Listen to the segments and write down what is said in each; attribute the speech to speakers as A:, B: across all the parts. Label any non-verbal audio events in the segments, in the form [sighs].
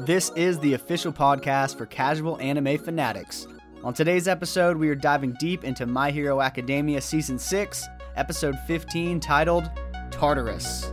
A: This is the official podcast for casual anime fanatics. On today's episode, we are diving deep into My Hero Academia Season 6, Episode 15, titled Tartarus.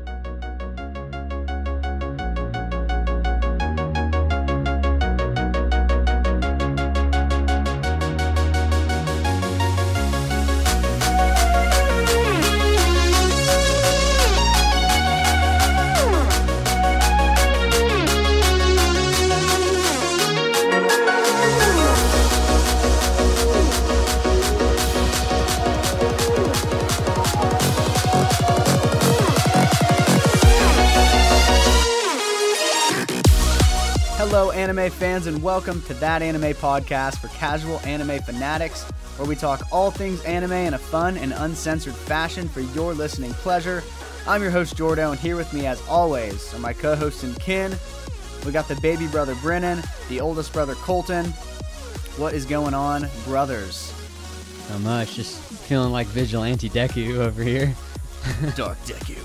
A: Hello, anime fans, and welcome to That Anime Podcast for casual anime fanatics, where we talk all things anime in a fun and uncensored fashion for your listening pleasure. I'm your host, Jordo, and here with me, as always, are my co hosts and kin. We got the baby brother, Brennan, the oldest brother, Colton. What is going on, brothers?
B: Not much. Just feeling like vigilante Deku over here.
A: Dark Deku.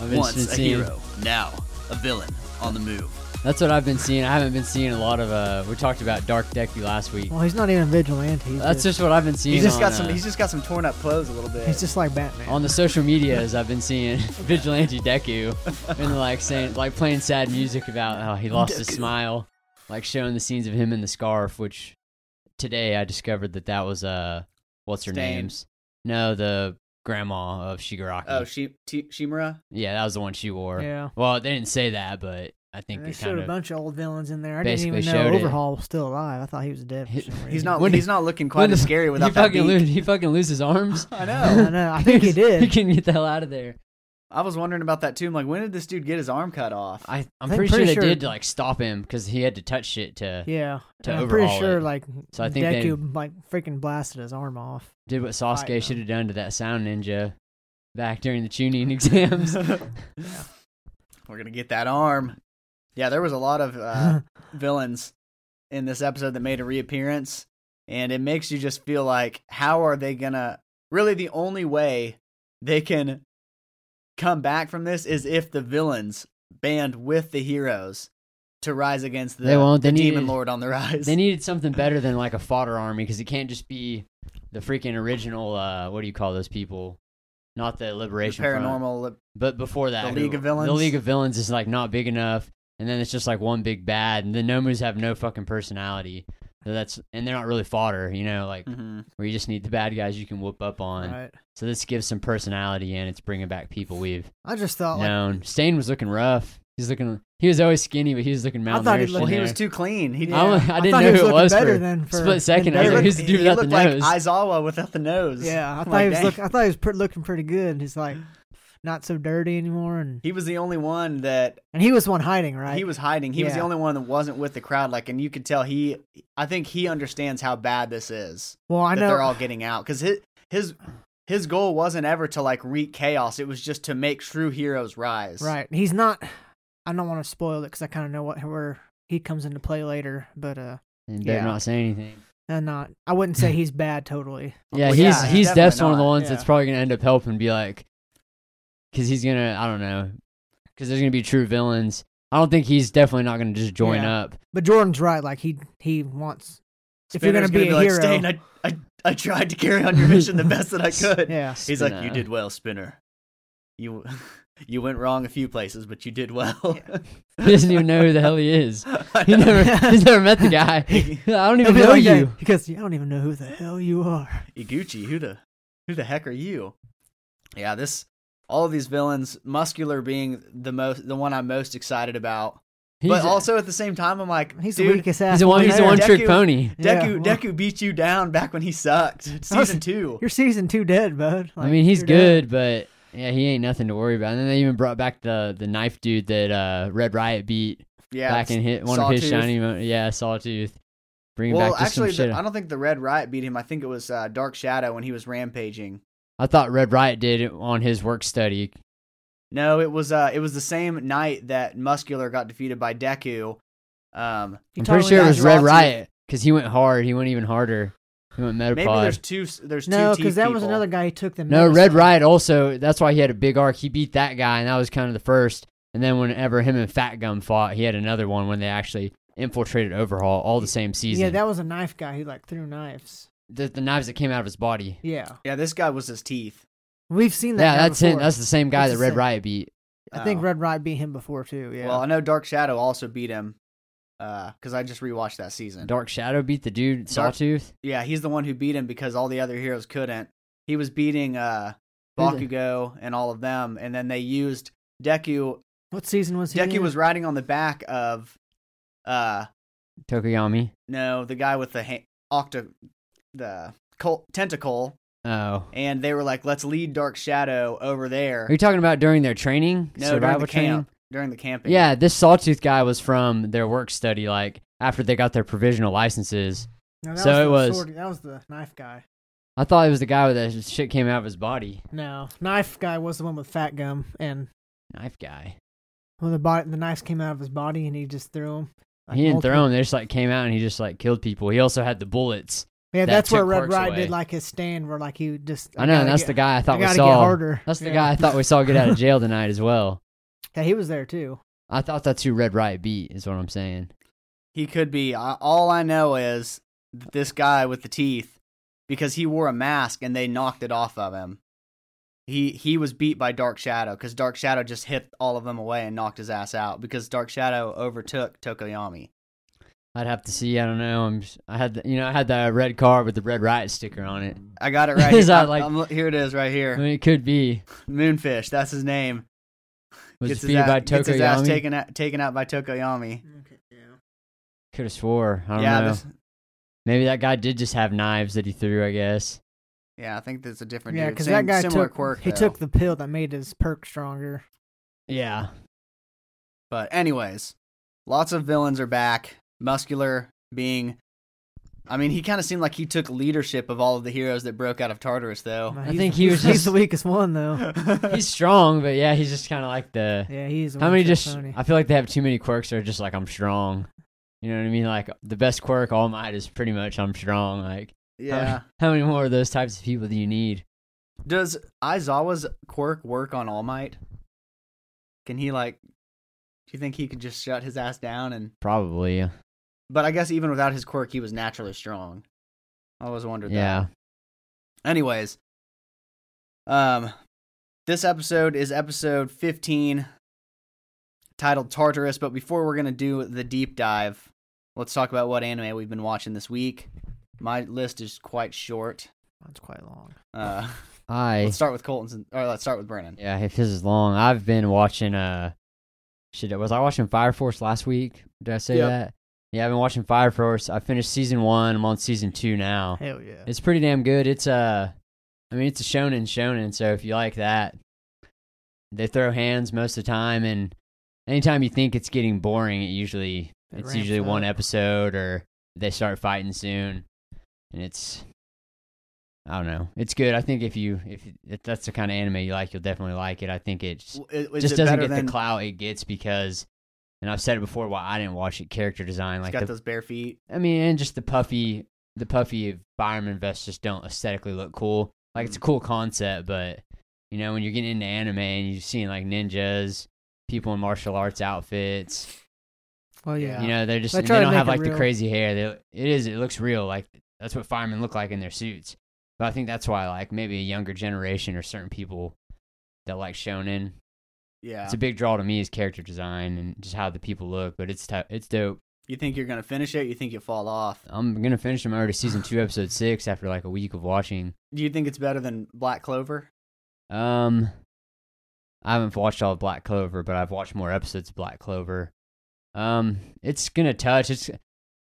B: I've been been seeing-
A: now a villain on the move.
B: That's what I've been seeing. I haven't been seeing a lot of. uh We talked about Dark Deku last week.
C: Well, he's not even a vigilante. He's
B: That's
C: just,
B: just what I've been seeing.
A: He's just
B: on,
A: got some.
B: uh,
A: He's just got some torn up clothes a little bit.
C: he's just like Batman.
B: on the social medias. I've been seeing [laughs] vigilante Deku and like saying, like playing sad music about how he lost his
A: Deku.
B: smile, like showing the scenes of him in the scarf. Which today I discovered that that was uh, what's her
A: Stain.
B: name's? No, the grandma of Shigaraki.
A: oh, she, T- Shimura.
B: yeah, that was the one she wore.
C: yeah.
B: Well, they didn't say that, but I think
C: And
B: it
C: they showed
B: kind
C: a
B: of.
C: bunch of old villains in there. I didn't
B: basically
C: even
B: showed
C: know
B: it.
C: Overhaul was still alive. I thought he was dead. For
B: He-
C: some reason.
A: He's not.
B: When
A: he's
B: did-
A: not looking quite
B: the-
A: as scary without
B: he
A: that
B: fucking
A: beak.
B: lose, [laughs] he fucking lose his arms.
A: I
C: [laughs] I
A: know.
C: know. I think
B: [laughs]
C: he
B: He
C: did.
B: couldn't get the hell out of there.
A: I was wondering about that too. I'm like, when did this dude get his arm cut off?
B: I, I'm
C: think
B: pretty, sure
C: pretty
B: they
C: sure-
B: did to, like stop him because he had to touch shit to
C: Yeah.
B: To
C: And I'm pretty
B: overhaul
C: sure
B: it.
C: like
B: So I think they-
C: Deku like freaking blasted his arm off.
B: did what Sasuke
C: Fight
B: should
C: him.
B: have done to that sound ninja back during the tuning [laughs] exams.
A: We're gonna get that arm. Yeah, there was a lot of
B: [laughs]
C: [laughs]
A: uh, villains in this episode that made a reappearance, and it makes you just feel like, how are they gonna? Really, the only way they can come back from this is if the villains band with the heroes to rise against the,
B: They won't. They
A: the demon
B: needed-
A: lord on the rise.
B: they needed something better than like a fodder army because it can't just be the freaking original. Uh, what do you call those people? Not the
A: The
B: Liberation Front.
A: paranormal. uh, li-
B: But before that,
A: The League of Villains?
B: The League of Villains is like not big enough, and then it's just like one big bad, and the Nomus have no fucking personality. So that's and they're not really fodder, you know, like
A: Mhm.
B: where you just need the bad guys you can whoop up on.
C: Hmm. Right.
B: So this gives some personality and it's bringing back people we've
C: I just thought like
B: known. Stain was looking rough. He's looking. He was always skinny, but he was looking
C: I thought he
B: malnourished.
C: looked-
A: Well,
B: in
A: he
B: there.
A: was too clean. He
B: I,
C: Yeah.
B: I
C: I
B: didn't
C: thought
B: know
C: he was
B: who it
C: looking
B: was
C: better
B: for
C: than for-
B: split second.
C: than
B: I was like,
C: Deku.
B: who's the
A: he
B: dude without the
A: looked like
B: nose?
A: Aizawa without the nose.
C: Yeah,
B: [laughs]
C: I
A: I'm
C: thought
A: like,
C: he was
A: "Dang."
C: look, I thought he was pre- looking pretty good.
B: [sighs]
C: He's like not so dirty anymore, and
A: He was the only one that
C: and he was one hiding right.
A: he was hiding. He was the
C: Yeah.
A: only one that wasn't with the crowd. Like, and you could tell he. I think he understands how bad this is.
C: well, I
A: that they're
C: know.
A: all getting out because his his his goal wasn't ever to like wreak chaos. It was just to make true heroes rise.
C: [sighs] Right. He's not. I don't want to spoil it because I kind of know what where he comes into play later, but uh,
B: And better
C: Yeah.
B: not say anything.
C: I'm Uh, not. I wouldn't say he's bad totally.
B: Yeah,
A: Well,
B: he's
A: yeah,
B: he's
A: definitely
B: definitely one of the
A: not,
B: ones
C: yeah.
B: that's probably gonna end up helping. Be like, because he's gonna. I don't know. Because there's gonna be true villains. I don't think he's definitely not gonna just join
C: Yeah.
B: up.
C: But Jordan's right. Like he he wants. If you're
A: Spinner's
C: gonna be a
A: like,
C: hero-
A: Stain, I, I I tried to carry on your
C: [laughs]
A: mission the best that I could.
B: [laughs]
C: Yeah.
A: He's like, you [laughs]
B: Spinner.
A: did well, Spinner. You [laughs] you went wrong a few places, but you did well.
B: He doesn't even know who the hell he is.
A: [laughs] I
B: He
A: know.
B: never, he's never met
A: [laughs]
B: the guy. [laughs] I don't even
C: He'll be
B: know
C: like that
B: you.
C: because I don't even know who the hell you are. [laughs]
A: Iguchi, who the who the heck are you? Yeah, this all of these villains, muscular being the most the one I'm most excited about. but
B: He's-
A: also at the same time I'm like
C: He's
A: dude,
C: the weakest ass.
B: he's the one. He's the
C: there.
B: one trick
A: Deku- [laughs]
B: pony.
C: Yeah,
A: Deku
C: well,
A: Deku beat you down back when he sucked.
C: [laughs]
A: Season two.
C: You're season two dead, bud.
B: I
C: Like,
B: mean, he's
C: you're dead.
B: good, but yeah, he ain't nothing to worry about. And then they even brought back the the knife dude that uh, Red Riot beat
A: Yeah.
B: back in hit one of his
A: Sawtooth.
B: shiny. Mo- yeah, Sawtooth. Bringing
A: well,
B: back just
A: actually,
B: some shit.
A: the, I don't think the Red Riot beat him. I think it was uh, Dark Shadow when he was rampaging.
B: I thought Red Riot did it on his work study.
A: No, it was uh, it was the same night that Muscular got defeated by Deku. Um,
C: You
B: I'm
C: totally
B: pretty sure it
C: got
B: was
C: your
B: Red
C: options.
B: Riot because he went hard. He went even harder. He went
A: maybe there's
B: Metapod.
A: two. s- There's
C: No,
A: two. because
C: because that was another guy who took the.
B: No,
C: medicine.
B: Red Riot also. That's why he had a big arc. He beat that guy, and that was kind of the first. And then whenever him and Fat Gum fought, he had another one when they actually infiltrated Overhaul all the same season.
C: Yeah, that was a knife guy who like threw knives.
B: the, the knives that came out of his body.
C: Yeah,
A: Yeah, this guy was his teeth.
C: we've seen that.
B: Yeah,
C: guy
B: that's him.
C: before.
B: That's the same guy
C: It's
B: that
C: the
B: Red
C: same-
B: Riot beat.
C: I think
A: Oh.
C: Red Rod beat him before too. Yeah.
A: Well, I know Dark Shadow also beat him because I just rewatched that season.
B: Dark Shadow beat the dude Sawtooth.
A: yeah, he's the one who beat him because all the other heroes couldn't. He was beating uh,
B: Who's it?
A: Bakugo and all of them, and then they used Deku.
C: what season was he?
A: Deku
C: in?
A: was riding on the back of uh,
B: Tokoyami.
A: no, the guy with the ha- octa, the col- tentacle,
B: Oh.
A: and they were like, "Let's lead Dark Shadow over there."
B: Are you talking about during their training?
A: No, during the camp, during the camping.
B: Yeah, this Sawtooth guy was from their work study, like after they got their provisional licenses.
C: No, that
B: so it
C: the
B: was-
C: sword- that was the knife guy.
B: I thought it was the guy with that shit came out of his body.
C: No, knife guy was the one with fat gum, and
B: Knife guy.
C: when the body, the knives came out of his body, and he just threw them.
B: he didn't throw them. They just like came out and he just like killed people. He also had the bullets.
C: Yeah,
B: That
C: that's where
B: took
C: Red
B: parts
C: Rod
B: away.
C: did like his stand, where like he would just.
B: I, know, and
C: gotta
B: that's
C: get-
B: the guy I thought
C: I
B: we
C: gotta
B: saw.
C: get harder.
B: That's the
C: Yeah.
B: guy I thought we saw get out of jail tonight as well.
C: Yeah, he was there too.
B: I thought that's who Red Riot beat. Is what I'm saying.
A: He could be. I- All I know is th- this guy with the teeth, because he wore a mask and they knocked it off of him. He he was beat by Dark Shadow because Dark Shadow just hit all of them away and knocked his ass out because Dark Shadow overtook Tokoyami.
B: I'd have to see. I don't know. I'm. s- I had. The, you know, I had the red card with the Red Riot sticker on it.
A: I got it
B: [laughs]
A: right
B: Is
A: here. I'm-
B: that like-
A: I'm- here it is right
B: I
A: here.
B: mean, it could be
A: Moonfish, that's his name.
B: was
A: gets
B: beat
A: his
B: by
A: ass, gets his ass
B: Tokoyami.
A: taken out, taken out by Tokoyami.
C: Okay, yeah.
B: Could have swore. I don't
A: yeah,
B: know.
A: this-
B: Maybe that guy did just have knives that he threw. I guess.
A: yeah, I think that's a different
C: Yeah,
A: dude.
C: because
A: Same-
C: that guy
A: similar
C: took
A: quirk.
C: he
A: though.
C: took the pill that made his perk stronger.
B: Yeah.
A: But anyways, lots of villains are back. Muscular being I mean, he kind of seemed like he took leadership of all of the heroes that broke out of Tartarus though.
C: Nah,
B: I
C: he's-
B: think he was
C: [laughs] he's
B: just-
C: the weakest
A: [laughs]
C: one though.
A: He's
B: [laughs] [laughs] He's strong, but yeah, he's just kind of like the.
C: Yeah, he's the
B: How
C: one
B: many
C: trick
B: just?
C: pony.
B: I feel like they have too many quirks. that Are just like I'm strong. You know what I mean? Like the best quirk All Might is pretty much I'm strong. Like how many-
A: yeah.
B: [laughs] how many more of those types of people do you need?
A: Does Aizawa's quirk work on All Might? Can he like do you think he could just shut his ass down and
B: Probably.
A: but I guess even without his quirk he was naturally strong. I always wondered that.
B: Yeah.
A: Anyways, um, this episode is episode 15, titled Tartarus. But before we're gonna do the deep dive, let's talk about what anime we've been watching this week. My list is quite short.
C: Mine's quite long.
A: Uh,
B: I.
A: let's start with Colton's, or let's start with Brennan.
B: Yeah, if his is long. I've been watching uh shit. Was I watching Fire Force last week? Did I say
A: Yep.
B: that? Yeah, I've been watching Fire Force. I finished season one. I'm on season two now.
C: Hell yeah.
B: It's pretty damn good. It's uh I mean it's a shonen shonen, so if you like that, they throw hands most of the time and anytime you think it's getting boring, it usually
C: It
B: it's
C: ramps
B: usually one
C: up.
B: episode or they start fighting soon. And it's I don't know. It's good. I think if you if, if that's the kind of anime you like, you'll definitely like it. I think it's
A: W- Is
B: just
A: it
B: doesn't
A: better
B: get
A: than
B: the clout it gets because and I've said it before why I didn't watch it character design
A: it's
B: like
A: got
B: the
A: those bare feet.
B: I mean, and just the puffy, the puffy Byron vests just don't aesthetically look cool. Like
C: Mm.
B: it's a cool concept, but you know when you're getting into anime and you're seeing like ninjas, people in martial arts outfits,
C: Well, yeah.
B: you know they're just
C: They
B: they,
C: try to
B: don't
C: make
B: have
C: it
B: like the
C: real.
B: crazy hair. They, it is it looks real. Like that's what firemen look like in their suits. But I think that's why like maybe a younger generation or certain people that like shonen.
A: Yeah.
B: It's a big draw to me is character design and just how the people look. But it's t- it's dope.
A: You think you're gonna finish it? You think you'll fall off?
B: I'm gonna finish them already season two, episode six after like a week of watching.
A: Do you think it's better than Black Clover?
B: Um I haven't watched all of Black Clover, but I've watched more episodes of Black Clover. Um it's gonna touch it's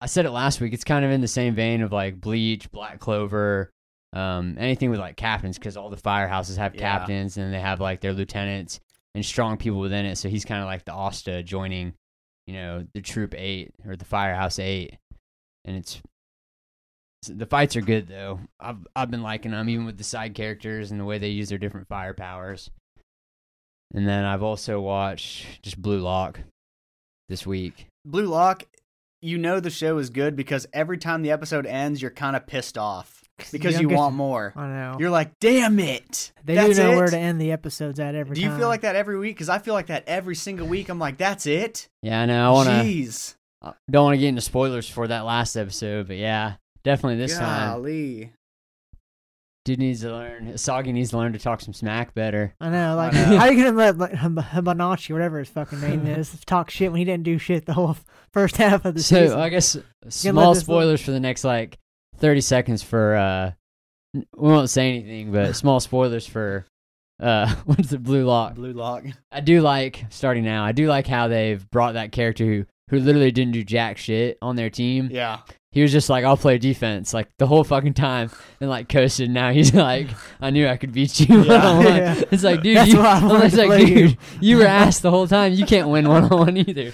B: I said it last week, it's kind of in the same vein of like Bleach, Black Clover, um anything with like captains because all the firehouses have
A: Yeah.
B: captains and they have like their lieutenants and strong people within it. So he's kind of like the Asta joining, you know, the Troop Eight or the Firehouse Eight, and it's the fights are good though. I've I've been liking them even with the side characters and the way they use their different fire powers. And then I've also watched just Blue Lock this week.
C: [laughs]
A: Blue Lock. You know the show is good because every time the episode ends, you're kind of pissed off. because
C: don't
A: you
C: get-
A: want
C: [laughs]
A: more.
C: I know.
A: You're like, damn it.
C: They
A: that's
C: do know
A: it?
C: where to end the episodes at every
A: Do
C: time.
A: you feel like that every week? Because I feel like that every single week. I'm like, that's it.
B: Yeah, I know. I wanna
A: Jeez.
B: I don't want to get into spoilers for that last episode, but yeah, definitely this time.
A: Golly.
B: Dude needs to learn. Soggy needs to learn to talk some smack better.
C: I know, like,
A: I know.
C: how are you gonna let like, Hib- Hibanachi, whatever his
A: [laughs]
C: fucking name is, talk shit when he didn't do shit the whole [laughs] f- first half of the
B: So
C: season?
B: I guess
C: let
B: small
C: this-
B: spoilers for the next like thirty seconds for uh, n- we won't say anything, but small spoilers for uh, [laughs] what's the blue lock?
A: Blue
B: [laughs]
A: Lock.
B: I do like starting now. I do like how they've brought that character who who literally didn't do jack shit on their team.
A: Yeah.
B: He was just like, I'll play defense like the whole fucking time, and like coasted. Now he's [laughs] like, I knew I could beat you. [laughs]
A: Yeah.
B: one-on-one."
C: Yeah.
B: It's like, dude,
C: That's
B: you,
C: why I
B: I'm
C: wanted
B: just
C: to
B: like,
C: play you.
B: dude, you were ass the whole time. You can't win one on one [laughs]
C: [laughs]
B: either.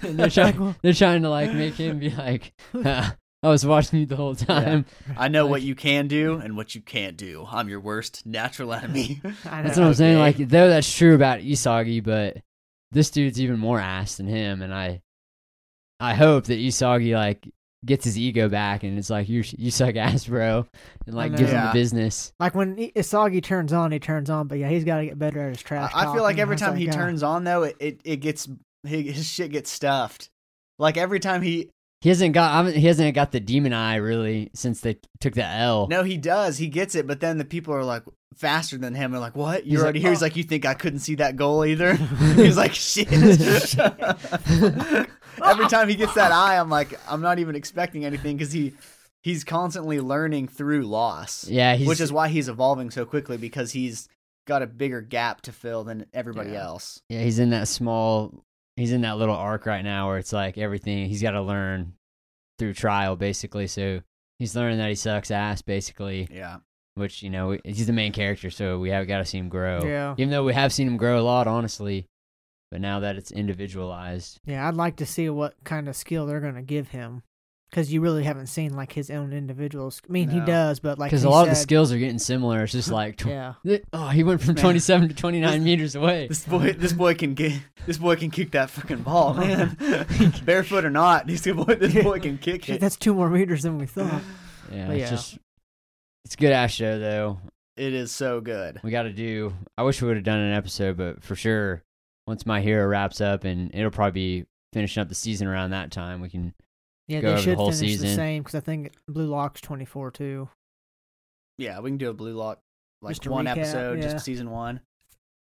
B: And they're
C: Like,
B: trying,
C: well,
B: they're trying to like make him be like, [laughs] "Ah, I was watching you the whole time.
A: I know what you can do and what you can't do. I'm your worst natural enemy.
C: I
B: That's
C: know.
B: what I'm saying.
A: Okay.
B: Like, though that's true about Isagi, but this dude's even more ass than him, and I, I hope that Isagi like gets his ego back and it's like you you suck ass, bro, and like
C: know.
B: gives him
A: Yeah.
B: the business.
C: Like when I- Isagi turns on, he turns on. But yeah, he's got to get better at his [laughs] trash.
A: I I feel
C: talking.
A: like every
C: It's
A: time he
C: yeah.
A: turns on though, it, it, it gets [laughs] he- his shit gets stuffed. Like every time he
B: He hasn't got I haven't- he hasn't got the demon eye really since they took the [laughs] L.
A: no, he does. He gets it, but then the people are like faster than him. They're like, "What? You're
B: He's
A: already
B: like,
A: here?" He's
B: "Oh."
A: like, "You think I couldn't see that goal
B: [laughs]
A: either?" [laughs] He's like, "Shit." every time he gets that eye, I'm like, I'm not even expecting anything because he he's constantly learning through loss.
B: yeah, he's
A: which is why he's evolving so quickly because he's got a bigger gap to fill than everybody
C: Yeah.
A: else.
B: yeah he's in that small he's in that little arc right now where it's like everything he's got to learn through trial basically. So he's learning that he sucks ass basically.
A: Yeah.
B: which you know we- he's the main character, so we have got to see him grow.
C: Yeah,
B: Even though we have seen him grow a lot, honestly, but now that it's individualized,
C: yeah. I'd like to see what kind of skill they're gonna give him, because you really haven't seen like his own individuals. I mean, he
A: No.
C: does, but like
B: because
C: he
B: a lot of the
C: said-
B: skills are getting similar.
C: [laughs]
B: It's just like, tw-
C: Yeah,
B: th- oh, he went from
A: Man.
B: 27
C: [laughs]
B: to 29 meters away.
A: This boy this boy can get this boy can kick that fucking
B: [laughs]
A: ball, man. Barefoot or not, this boy this boy can kick
C: Shit,
A: it.
C: that's two more meters than
A: [laughs]
C: we thought.
B: Yeah,
C: But
B: it's
C: yeah.
B: just it's a good ass show though.
A: It is so good.
B: We got to do. I wish we would have done an episode, but for sure, once my hero wraps up, and it'll probably be finishing up the season around that time, we can.
C: Yeah,
B: Go over
C: they
B: the
C: should
B: whole
C: finish the
B: season.
C: same because I think Blue Lock's twenty four too.
A: Yeah, we can do a Blue Lock like
C: Just a
A: one
C: recap,
A: episode,
C: yeah.
A: just season 1.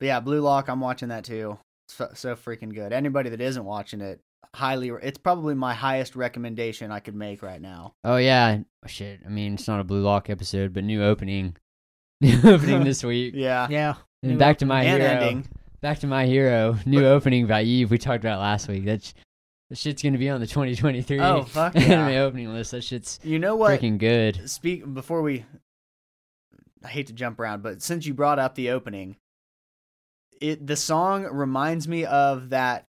A: But yeah, Blue Lock, I'm watching that too. It's so, so freaking good. Anybody that isn't watching it, highly it's probably my highest recommendation I could make right now.
B: Oh yeah, shit. I mean, it's not a Blue Lock episode, but new opening, [laughs] new
C: [laughs]
B: opening this week.
A: Yeah.
C: Yeah,
B: And
C: New
B: back to my
A: and
B: hero.
A: ending.
B: Back to my hero. New opening by Eve. We talked about last week. That, sh- that shit's gonna be on the 2023
A: Oh, fuck
B: [laughs] anime
A: yeah.
B: opening list. That shit's
A: You know what?
B: freaking good.
A: speak before we I hate to jump around, but since you brought up the opening, it the song reminds me of that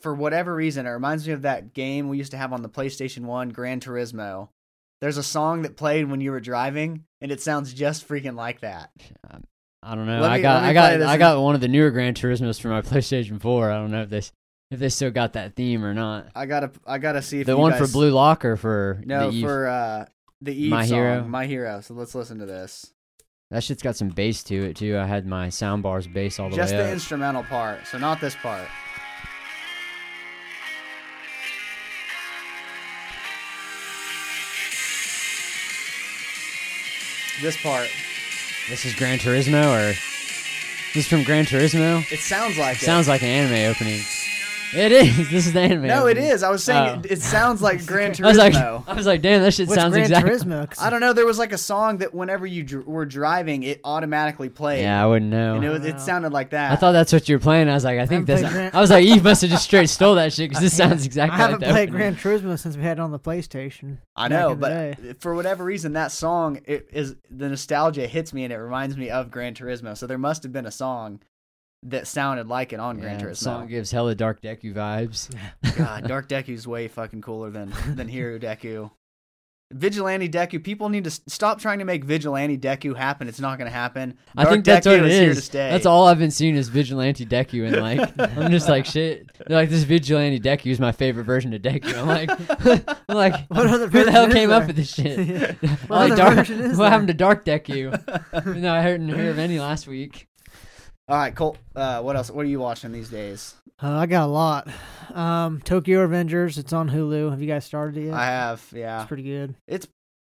A: for whatever reason, it reminds me of that game we used to have on the PlayStation 1, Gran Turismo. There's a song that played when you were driving, and it sounds just freaking like that.
B: Um, I don't know.
A: Let
B: I
A: me-
B: got
A: let me
B: I
A: play
B: got
A: this
B: I
A: and-
B: got one of the newer Gran Turismos for my [laughs] PlayStation 4. I don't know if they s- if they still got that theme or not.
A: I gotta I gotta see if
B: the
A: you
B: one
A: guys-
B: for Blue Lock or for
A: No,
B: the Eve?
A: for uh the Eve
B: My
A: song,
B: Hero?
A: My Hero. So let's listen to this.
B: that shit's got some bass to it too. I had my sound bars bass all the
A: Just
B: way
A: the
B: up.
A: instrumental part, so not this part. This part.
B: this is Gran Turismo or this is from Gran Turismo.
A: It sounds like it.
B: Sounds like an anime opening. It is. [laughs] This is the anime.
A: no, it
B: opening.
A: is. I was saying
B: Oh.
A: it, it sounds like Gran
B: [laughs] I was like,
A: Turismo.
B: I was like, damn, that shit
C: What's
B: sounds
C: Gran
B: exactly.
C: Turismo? 'Cause
A: I don't know. There was like a song that whenever you dr- were driving, it automatically played.
B: Yeah, I wouldn't know.
A: And it, was, it sounded like that.
B: I thought that's what you were playing. I was like, I think that's.
C: haven't played Gran-
B: I was like, Eve must have just straight stole that shit because this sounds exactly.
C: [laughs] I haven't
B: like
C: played
B: that
C: Gran Turismo since we had it on the PlayStation.
A: I
C: back
A: know,
C: in the day.
A: but for whatever reason, that song it is the nostalgia hits me, and it reminds me of Gran Turismo. So there must have been a song that sounded like it on
B: Yeah,
A: Gran
B: the
A: Turismo.
B: song gives hella Dark Deku vibes. [laughs]
A: God, Dark Deku's way fucking cooler than than Hero Deku. Vigilante Deku. People need to s- stop trying to make Vigilante Deku happen. It's not going to happen.
B: I think
A: Dark
B: that's what
A: Deku
B: it
A: is here to
B: is.
A: stay.
B: That's all I've been seeing is Vigilante Deku, and like [laughs] I'm just like shit. They're like this Vigilante Deku is my favorite version of Deku. I'm like, [laughs] I'm like,
C: What other
B: who the hell
C: version is
B: came
C: there?
B: up with this shit?
C: [laughs]
B: I'm
C: What
B: like,
C: other
B: dark, what
C: version is there?
B: happened to Dark
C: [laughs]
B: Deku? no, I hadn't heard of any last week.
A: All right, Colt. Uh, what else? What are you watching these days?
C: Uh, I got a lot. Um, Tokyo Avengers. It's on Hulu. Have you guys started it yet?
A: I have, yeah.
C: It's pretty good.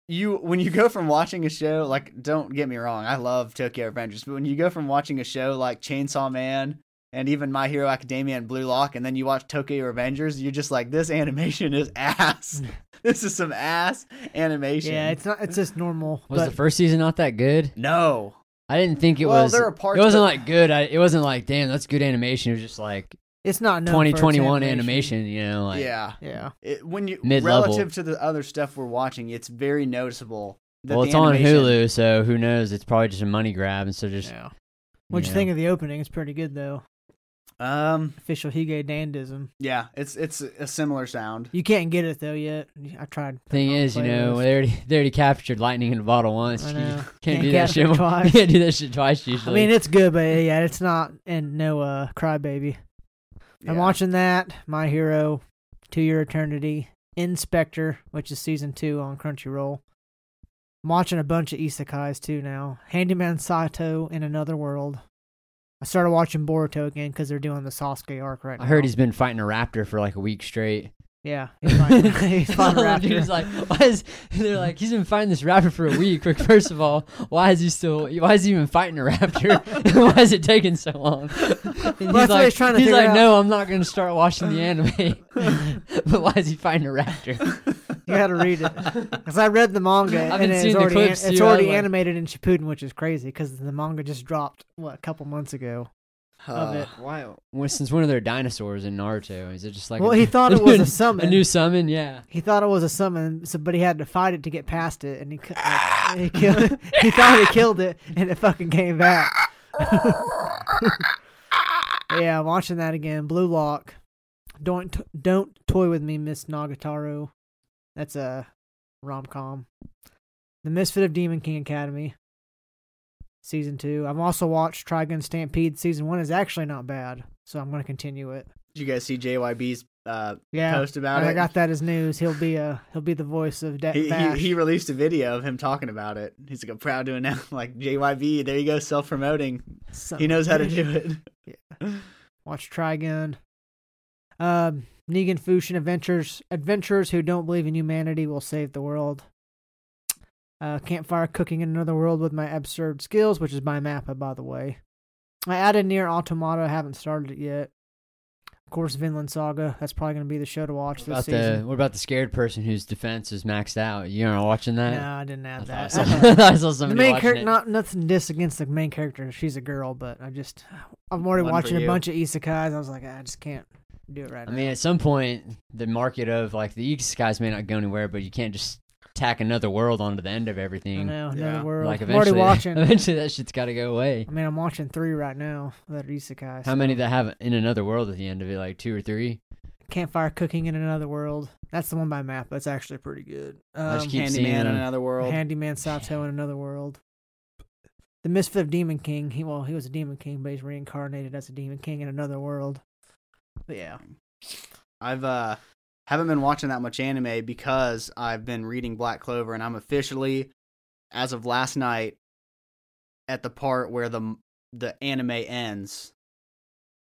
A: You when you go from watching a show like, don't get me wrong, I love Tokyo Avengers, but when you go from watching a show like Chainsaw Man and even My Hero Academia and Blue Lock, and then you watch Tokyo Avengers, you're just like, this animation is
B: [laughs]
A: ass. [laughs] this is some ass animation.
C: Yeah, it's not. It's just normal.
B: Was
C: but
B: the first season not that good?
A: no.
B: I didn't think it
A: well,
B: was.
A: there are parts.
B: it wasn't
A: that-
B: like good. I, it wasn't like damn, that's good animation. It was just like
C: it's not known for its
B: 2021 animation. You know, like
A: yeah.
C: Yeah,
A: It, when you
B: Mid-level.
A: relative to the other stuff we're watching, it's very noticeable. that
B: well,
A: the
B: it's on
A: animation-
B: Hulu, so who knows? It's probably just a money grab, and so just
C: yeah. What'd you
B: Yeah.
C: think of the opening? It's pretty good though.
A: Um,
C: Official Hige Dandism.
A: yeah, it's it's a similar sound.
C: You can't get it though yet. I tried.
B: Thing
C: putting it on
B: is, you
C: the
B: know,
C: playlist.
B: they already they already captured lightning in a bottle once.
C: I
B: You
C: know.
B: can't,
C: Can't
B: do that [laughs]
C: capture
B: shit.
C: it
B: mo- You
C: twice.
B: can't do that shit twice
C: I
B: usually.
C: mean, it's good, but yeah, it's not. And no, uh, Crybaby. I'm
A: Yeah. [laughs]
C: watching that. My Hero, Two Year Eternity, Inspector, which is season two on Crunchyroll. I'm watching a bunch of isekais too now. Handyman Saito in Another World. I started watching Boruto again because they're doing the Sasuke arc right now.
B: I heard he's been fighting a raptor for like a week straight.
C: Yeah, he's
B: [laughs]
C: fine. he's fine.
B: Dude's like, why is they're like he's been fighting this raptor for a week? Like, first of all, why is he still? Why is he even fighting a raptor? [laughs]
C: [laughs]
B: why is it taking so long? And he's
C: Well, that's what
B: like,
C: he's trying to
B: he's
C: figure
B: like,
C: out.
B: no, I'm not going to start watching the
C: [laughs]
B: anime. [laughs] but why is he fighting a raptor?
C: You got to read
B: [laughs]
C: it because I read the manga
B: I've
C: and
B: been
C: it's
B: seeing the
C: already
B: clips
C: it's
B: too, I
C: already
B: like-
C: animated in Shippuden, which is crazy because the manga just dropped what a couple months ago. Of
A: Uh,
C: it.
B: Why? Well, since when are there dinosaurs in Naruto? Is it just like [laughs]
C: well,
B: a,
C: he thought it was a summon.
B: a new summon? Yeah.
C: He thought it was a summon, so, but he had to fight it to get past it, and he cou- like, he, killed, [laughs] he thought he killed it, and it fucking came back. [laughs] yeah, I'm watching that again. Blue Lock, don't t- don't toy with me, Miss Nagataro. That's a rom com. The Misfit of Demon King Academy, season two. I've also watched Trigun Stampede. Season one is actually not bad, so I'm gonna continue it.
A: Did you guys see JYB's uh,
C: Yeah,
A: post about
C: and
A: it?
C: I got that as news. He'll be a he'll be the voice of De-
A: he, he
C: Bash.
A: he released a video of him talking about it. He's like, I'm proud to announce, [laughs] like JYB. There you go, self promoting.
C: Son
A: He
C: of a
A: knows how to
C: bitch.
A: [laughs] do it.
C: Watch Trigun. Um, Negan Fushin adventures adventurers who don't believe in humanity will save the world. Uh, campfire cooking in another world with my absurd skills, which is by Mappa, by the way. I added near Automata. I haven't started it yet. Of course, Vinland Saga. That's probably going to be the show to watch
B: About
C: this
B: the,
C: season.
B: what about the scared person whose defense is maxed out? You're not watching that.
C: No, I didn't
B: I
C: add
B: thought I
C: that.
B: saw, [laughs]
C: [laughs]
B: I saw
C: the
B: somebody
C: main
B: watching
C: character,
B: it.
C: not nothing dis against the main character. She's a girl, but I just I'm already
A: One for
C: watching a
A: you.
C: bunch of isekais. I was like, I just can't do it right
B: I
C: now.
B: mean, at some point, the market of like the East guys may not go anywhere, but you can't just tack another world onto the end of
C: I
B: everything.
C: know,
A: Yeah.
C: another world.
B: Like
C: I'm already
A: [laughs]
B: eventually,
C: watching.
B: [laughs]
C: I
B: eventually that shit's got to go away.
C: mean, I'm watching three right now that are isekais.
B: How many that have in another world at the end of it, like two or three?
C: Campfire Cooking in Another World. That's the one by Map. That's actually pretty good.
B: I
C: Um,
B: just keep seeing
A: Handyman in
B: them.
A: another world.
C: Handyman Sato in Another World. The Misfit of Demon King. He well, he was a demon king, but he's reincarnated as a demon king in another world. But yeah,
A: I've uh haven't been watching that much anime because I've been reading Black Clover and I'm officially as of last night at the part where the the anime ends.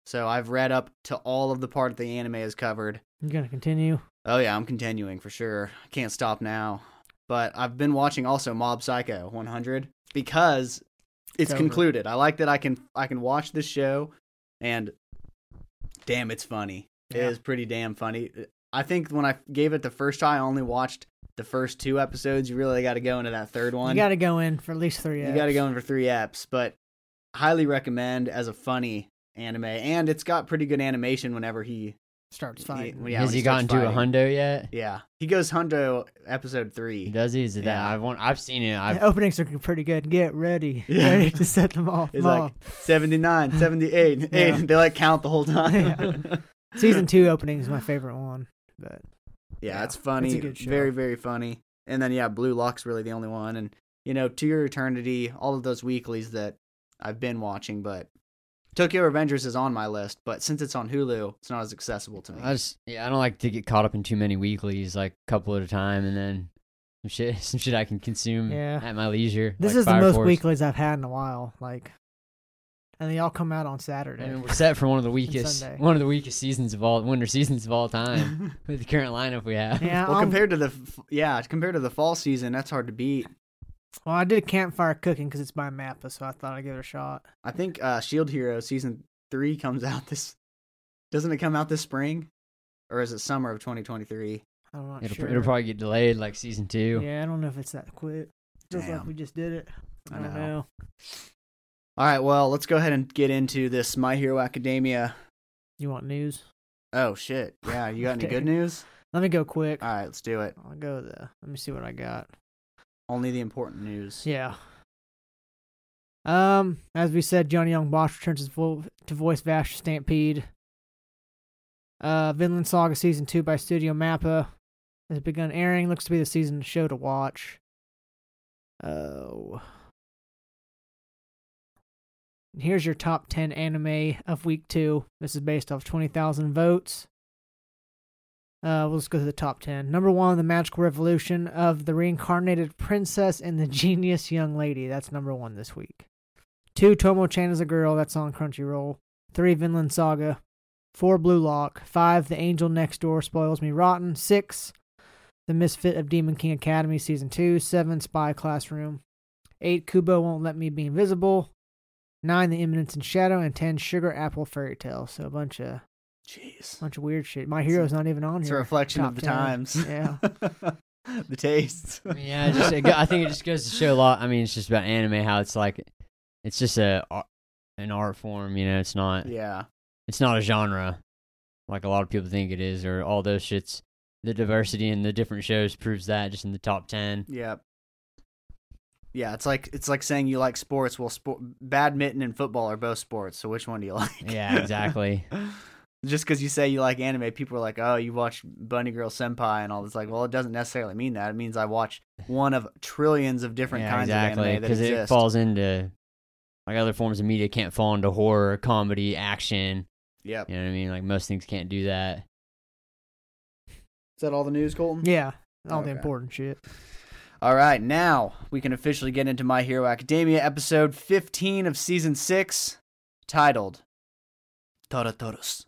A: So I've read up to all of the part the anime is covered.
C: I'm gonna continue.
A: Oh yeah, I'm continuing for sure. I can't stop now. But I've been watching also Mob Psycho 100 because it's
C: It's over.
A: concluded. I like that I can I can watch this show and damn it's funny.
C: Yeah.
A: It is pretty damn funny. I think when I gave it the first try, I only watched the first two episodes. You really got to go into that third one.
C: You got to go in for at least three.
A: You got to
C: eps.
A: go in for three eps, but highly recommend as a funny anime and it's got pretty good animation whenever he,
C: Starts
A: he
C: fighting.
A: yeah,
B: Has
A: when
B: he
A: starts
B: gotten to a
A: fighting.
B: hundo yet?
A: Yeah, he goes Hundo episode three.
B: Does he? Is it
A: Yeah.
B: that? I want. I've seen it. I've
C: The openings are pretty good. Get
B: [laughs]
C: ready.
A: Yeah.
C: Ready to set them off.
A: It's
C: Mom. [laughs]
A: like 79, 78,
C: Yeah.
A: eight. They like count the whole time. [laughs] Yeah,
C: Season two opening is my favorite one. But
A: it's funny.
C: It's a good show.
A: Very, very funny. and then yeah, Blue Lock's really the only one. And you know, To Your Eternity, all of those weeklies that I've been watching, but Tokyo Avengers is on my list, but since it's on Hulu, it's not as accessible to me.
B: I just yeah, I don't like to get caught up in too many weeklies, like a couple at a time, and then some shit, [laughs] some shit I can consume
C: Yeah.
B: at my leisure.
C: This
B: like
C: is the
B: Fire
C: most
B: Force.
C: weeklies I've had in a while. Like, and they all come out on Saturday.
B: I mean, we're set for one of the weakest,
C: Sunday.
B: one of the weakest seasons of all winter seasons
C: [laughs]
B: of all time
A: [laughs]
B: with the current lineup we have.
C: [laughs] yeah,
A: well,
C: I'm-
A: compared to the f- yeah, compared to the fall season, that's hard to beat.
C: well, I did campfire cooking because it's by Mappa, so I thought I'd give it a shot.
A: I think uh, Shield Hero season three comes out this. Doesn't it come out this spring, or is it summer of 2023?
C: I'm not
B: It'll,
C: sure.
B: it'll probably get delayed like season two.
C: Yeah, I don't know if it's that quick. Just like
A: Damn.
C: we just did it. I
A: I
C: don't
A: know.
C: know.
A: All right, well, let's go ahead and get into this My Hero Academia.
C: You want news?
A: Oh shit! Yeah, you got any
C: Okay.
A: good news?
C: Let me go quick.
A: All right, let's do it.
C: I'll go there. Let me see what I got.
A: Only the important news.
C: Yeah. Um, as we said, Johnny Young Bosch returns to, vo- to voice Vash Stampede. Uh, Vinland Saga Season 2 by Studio Mappa has begun airing. Looks to be the season show to watch. Oh. Here's your top 10 anime of week 2. This is based off 20,000 votes. Uh, we'll just go to the top 10. Number one, The Magical Revolution of the Reincarnated Princess and the [laughs] Genius Young Lady. That's number one this week. Two, Tomo Chan is a Girl. That's on Crunchyroll. Three, Vinland Saga. Four, Blue Lock. Five, The Angel Next Door Spoils Me Rotten. Six, The Misfit of Demon King Academy Season 2. Seven, Spy Classroom. Eight, Kubo Won't Let Me Be Invisible. Nine, The Eminence in Shadow. And ten, Sugar Apple Fairy Tale. So a bunch of
A: Jeez,
C: bunch of weird shit. My hero's not even on
A: it's a
C: here.
A: reflection of the
C: Top 10.
A: times.
C: Yeah.
A: [laughs] the tastes. [laughs]
B: I mean, yeah, it just it go- I think it just goes to show a lot. I mean, it's just about anime how it's like, it's just a ar- an art form. You know, it's not
A: Yeah.
B: it's not a genre like a lot of people think it is or all those shits. The diversity in the different shows proves that just in the top ten.
A: Yep. Yeah, it's like it's like saying you like sports. Well, sport, badminton and football are both sports. So which one do you [laughs] like?
B: Yeah, exactly.
A: Just because you say you like anime, people are like, "Oh, you watch Bunny Girl Senpai and all." It's like, well, it doesn't necessarily mean that. It means I watch one of trillions of different
B: yeah,
A: kinds
B: exactly.
A: of anime that
B: Because
A: exist.
B: it falls into like other forms of media can't fall into horror, comedy, action.
A: Yep.
B: You know what I mean? Like most things can't do that.
A: Is that all the news, Colton?
C: Yeah,
A: Oh,
C: all the
A: Okay.
C: important
A: [laughs]
C: shit.
A: All right, now we can officially get into My Hero Academia episode 15 of season 6, titled Tara Taurus.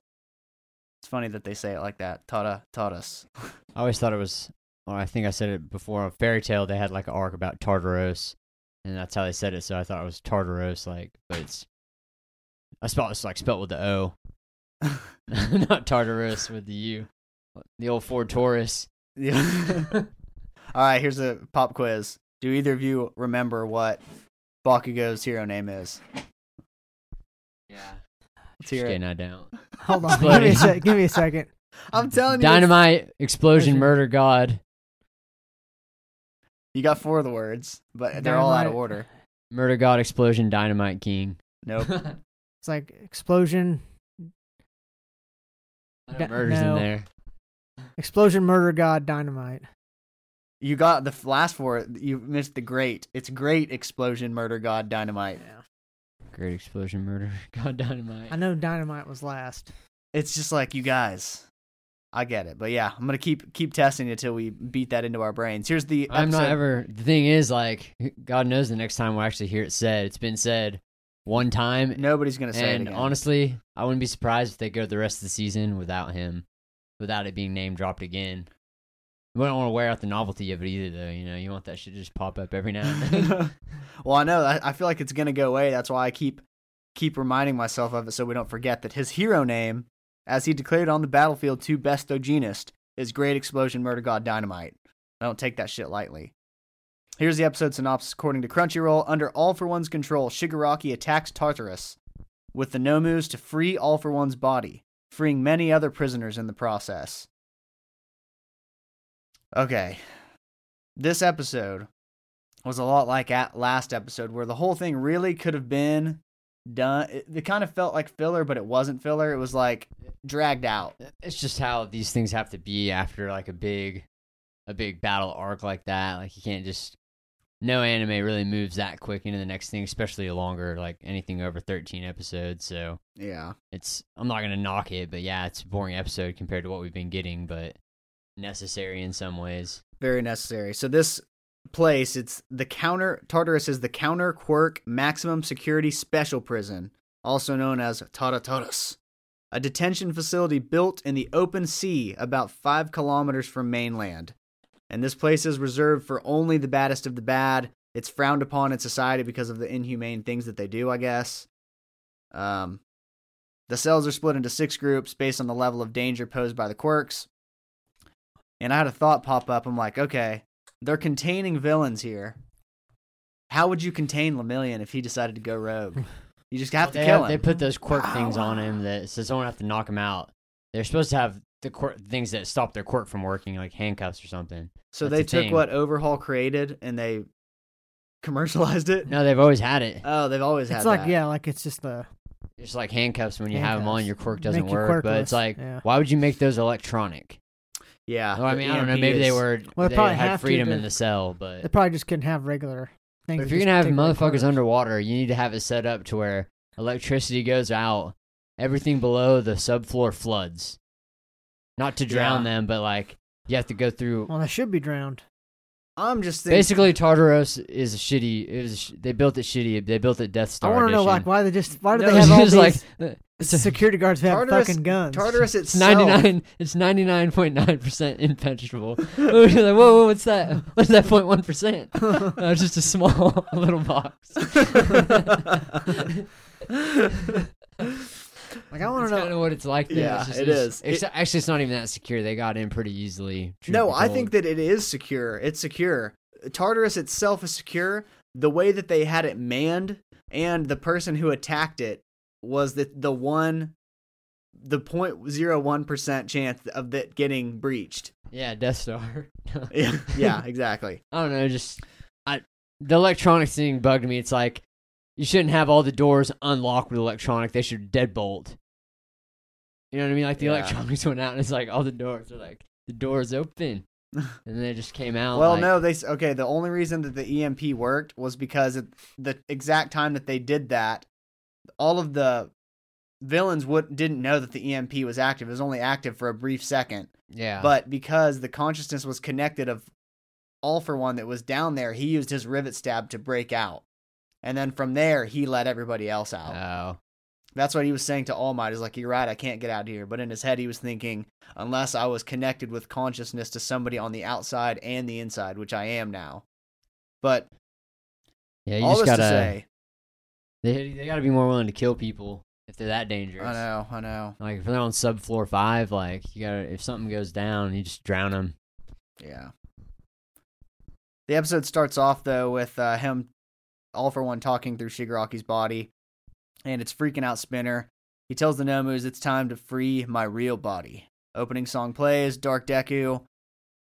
A: It's funny that they say it like that. Tara Taurus.
B: I always thought it was, or I think I said it before. A fairy tale they had like an arc about Tartaros, and that's how they said it. So I thought it was Tartaros, like, but it's I spelled it's like spelled with the
A: [laughs]
B: O, [laughs] not Tartarus with the U. The old Ford Taurus.
A: [laughs] [laughs] Yeah. All right, here's a pop quiz. Do either of you remember what Bakugo's hero name is?
B: Yeah.
A: Let's
B: [laughs] Just
A: hear it.
B: kidding, I don't.
C: Hold on, give
B: Bloody-
C: me a sec. Give me a second.
A: I'm telling you. it's-
B: Dynamite, explosion,
C: Explosion.
B: murder, god,
A: You got four of the words, but they're all out of
C: Dynamite.
A: order.
B: murder, god, explosion, dynamite, king. [laughs]
A: Nope.
C: It's like explosion, Da-
B: Murders
C: no.
B: in there.
C: explosion, murder, god, dynamite.
A: You got the f- last four. You missed the great. It's great explosion, murder, god, dynamite.
B: Great explosion, murder, [laughs] god, dynamite.
C: I know dynamite was last.
A: it's just like you guys. I get it, but yeah, I'm gonna keep keep testing it till we beat that into our brains. Here's the
B: I'm not
A: episode-
B: ever. The thing is, like, God knows the next time we'll actually hear it said. It's been said one time,
A: Nobody's gonna say
B: and
A: it again.
B: honestly, I wouldn't be surprised if they go the rest of the season without him, without it being name dropped again. We don't want to wear out the novelty of it either, though. You know, you want that shit to just pop up every now and
A: [laughs]
B: then. [laughs]
A: well, I know. I, I feel like it's gonna go away. That's why I keep keep reminding myself of it, so we don't forget that his hero name, as he declared on the battlefield to Bestogenist, is Great Explosion Murder God Dynamite. I don't take that shit lightly. Here's the episode synopsis according to Crunchyroll. Under All for One's control, Shigaraki attacks Tartarus with the Nomus to free All for One's body, freeing many other prisoners in the process. Okay. This episode was a lot like at last episode where the whole thing really could have been done it, it kind of felt like filler but it wasn't filler it was like dragged out
B: it's just how these things have to be after like a big a big battle arc like that. Like you can't just no anime really moves that quick into the next thing, especially longer like anything over 13 episodes. So
A: Yeah.
B: it's I'm not gonna knock it, but yeah, it's a boring episode compared to what we've been getting, but necessary in some ways.
A: Very necessary. So this place, it's the counter Tartarus is the counter quirk maximum security special prison, also known as Tartarus. A detention facility built in the open sea about five kilometers from mainland. And this place is reserved for only the baddest of the bad. It's frowned upon in society because of the inhumane things that they do, I guess. Um, the cells are split into six groups based on the level of danger posed by the quirks and I had a thought pop up. I'm like, okay, they're containing villains here. How would you contain Lemillion if he decided to go rogue? You just have to
B: they,
A: kill
B: They
A: him.
B: put those quirk things
A: Wow.
B: on him that so someone have to knock him out. They're supposed to have the quirk things that stop their quirk from working, like handcuffs or something.
A: so
B: that's
A: they
B: the
A: took
B: thing.
A: what Overhaul created and they commercialized
B: [laughs]
A: it.
B: No, they've always had it.
A: Oh, they've always had
C: It's like
A: that.
C: yeah, like it's just the
B: It's like handcuffs when you have 'em have them on,
C: Handcuffs.
B: your quirk doesn't
C: Make you
B: work. But it's
C: quirkless,
B: like,
C: yeah.
B: why would you make those electronic?
A: yeah.
B: Well, Oh, I
A: the
B: mean, I don't know.
A: EMP
B: Maybe they
A: E is-
B: were
C: Well, they
B: they
C: probably
B: had
C: have to
B: freedom
C: to-
B: in the cell,
C: they
B: but
C: probably just couldn't have regular things.
B: if
C: They
B: you're
C: just
B: gonna have
C: take, like,
B: motherfuckers
C: quirks.
B: underwater, you need to have it set up to where electricity goes out, everything below the subfloor floods. Not to drown
A: Yeah.
B: them, but like you have to go through
C: well, they should be drowned.
A: I'm just thinking.
B: Basically, Tartaros is a shitty. It was a sh- they built it shitty. They built it Death
C: I
B: Star.
C: want to know
B: edition.
C: like why they just why
B: [laughs]
C: do
A: No,
C: they have all
B: It's
C: these
B: like uh, it's,
C: [laughs] security guards who have
A: Tartarus-
C: fucking
A: [laughs]
B: [laughs]
C: guns?
A: Tartarus
B: it's
A: itself.
B: ninety
A: [laughs]
B: nine. It's ninety nine point nine percent impenetrable. [laughs] You're like, whoa, whoa, what's that? What's that point one
C: [laughs]
B: percent? It's just a small [laughs] little box.
C: like I want
B: That's
C: to know.
B: kind of what it's like. there.
A: Yeah,
B: It's just-
A: it
B: it's-
A: is.
B: it's-
A: It-
B: actually, it's not even that secure. They got in pretty easily. truth
A: No,
B: be
A: I
B: told.
A: think that it is secure. It's secure. Tartarus itself is secure. The way that they had it manned and the person who attacked it was the the one the 0.01% chance of that getting breached. [laughs]
B: Yeah, Death Star. [laughs]
A: Yeah, yeah, exactly.
B: I don't know, just I the electronics thing bugged me. It's like you shouldn't have all the doors unlocked with electronic. They should deadbolt. You know what I mean? Like the
A: Yeah.
B: electronics [laughs] went out, and it's like all the doors are like the
A: [laughs]
B: doors open, and they just came out.
A: Well,
B: like,
A: no, they s- okay, the only reason that the EMP worked was because at the exact time that they did that, all of the villains would, didn't know that the EMP was active. It was only active for a brief second.
B: yeah,
A: But because the consciousness was connected of all for one that was down there, he used his rivet stab to break out. And then from there, he let everybody else out.
B: oh,
A: That's what he was saying to All Might. He's like, You're right, I can't get out here. But in his head, he was thinking, Unless I was connected with consciousness to somebody on the outside and the inside, which I am now. But
B: yeah, you
A: all
B: just
A: this
B: gotta
A: to say,
B: they they gotta be more willing to kill people if they're that dangerous.
A: I know, I know.
B: Like if they're on subfloor five, like you gotta if something goes down, you just drown them.
A: Yeah. The episode starts off though with uh, him, all for one, talking through Shigaraki's body, and it's freaking out Spinner. He tells the Nomus it's time to free my real body. Opening song plays, Dark Deku,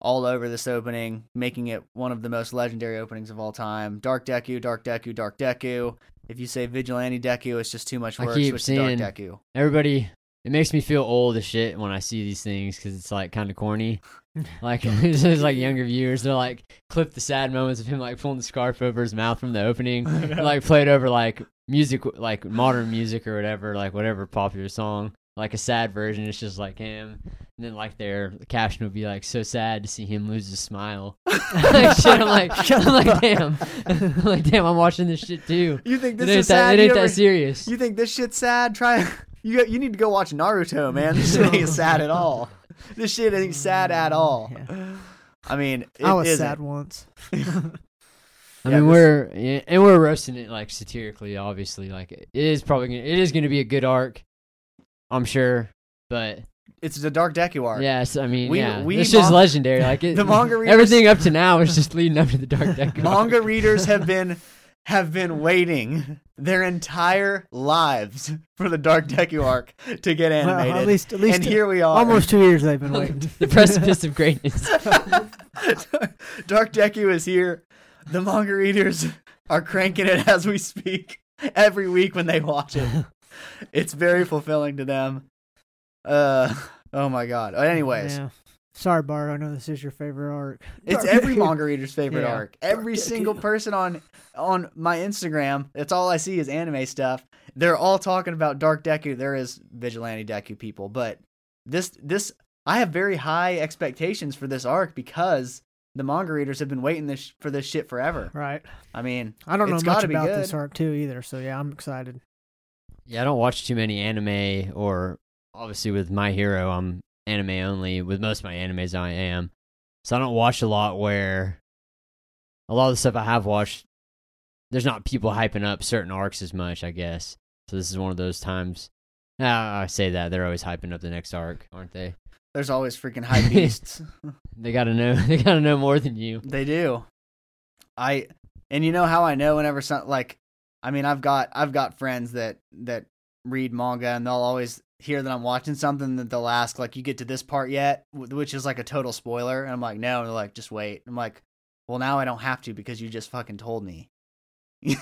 A: all over this opening, making it one of the most legendary openings of all time. Dark Deku, Dark Deku, Dark Deku. If you say Vigilante Deku, it's just too much
B: I
A: work.
B: keep
A: Switch to Dark
B: seeing-
A: Deku.
B: everybody it makes me feel old as shit when i see these things because it's like kind of
A: [laughs]
B: corny like [laughs] it's just like younger viewers they're like clip the sad moments of him like pulling the scarf over his mouth from the
A: [laughs]
B: opening and, like played over like music like modern music or whatever like whatever popular song like a sad version it's just like him and then like their caption would be like so sad to see him lose
A: [laughs]
B: his smile [laughs] like, shit, i'm like i'm like damn [laughs] i'm like damn i'm watching this shit too
A: You think
B: it
A: this
B: ain't
A: is
B: that,
A: sad?
B: it
A: You
B: ain't that
A: ever-
B: serious
A: You think this shit's sad? Try [laughs] you. You need to go watch Naruto, man. This shit ain't sad at
C: [laughs]
A: all. This shit ain't sad at all. I mean, it
C: Mm, I was
A: isn't. [laughs]
C: sad [laughs] once.
B: I
A: Yeah,
B: mean,
A: this-
B: we're yeah, and we're roasting it like satirically, obviously. Like it is probably gonna, it is going to be a good arc, I'm sure. But
A: It's the Dark Deku arc.
B: yes, I mean,
A: We-
B: yeah,
A: we
B: this shit's
A: mon-
B: legendary.
A: [laughs]
B: Like it,
A: The
C: [laughs]
A: manga readers-
B: everything up to now is just leading up to the
A: [laughs]
B: Dark Deck.
A: Manga readers have been have been waiting their entire lives for the Dark Deku arc to get
C: Well,
A: animated.
C: at least, at least,
A: and here we are.
C: almost two years
A: [laughs]
C: they've been waiting.
B: the precipice of greatness.
A: Dark Deku is here. The manga readers are cranking it as we speak every week when they watch it. It's very fulfilling to them. Uh oh my god. Anyways,
C: Yeah. Sidebar, I know this is your favorite arc.
A: It's
C: [laughs]
A: every manga reader's favorite
C: Yeah.
A: arc. Every single person on on my Instagram, that's all I see is anime stuff. They're all talking about Dark Deku. There is vigilante Deku people, but this this I have very high expectations for this arc because the manga readers have been waiting this for this shit forever.
C: Right.
A: I mean,
C: I don't know
A: It's
C: much
A: gotta be
C: about this
A: good.
C: arc too either, so yeah, I'm excited.
B: Yeah, I don't watch too many anime, or obviously with My Hero, I'm anime only. With most of my animes, I am. So I don't watch a lot where a lot of the stuff I have watched, there's not people hyping up certain arcs as much, I guess. So this is one of those times. Ah, I say that. They're always hyping up the next arc, aren't they?
A: there's always freaking high beasts.
B: They gotta know. [laughs] They gotta know more than you.
A: They do. I and you know how I know whenever some like I mean I've got I've got friends that that read manga and they'll always hear that I'm watching something that they'll ask like you get to this part yet Wh- which is like a total spoiler and I'm like no and they're like just wait I'm like well now I don't have to because you just fucking told me [laughs]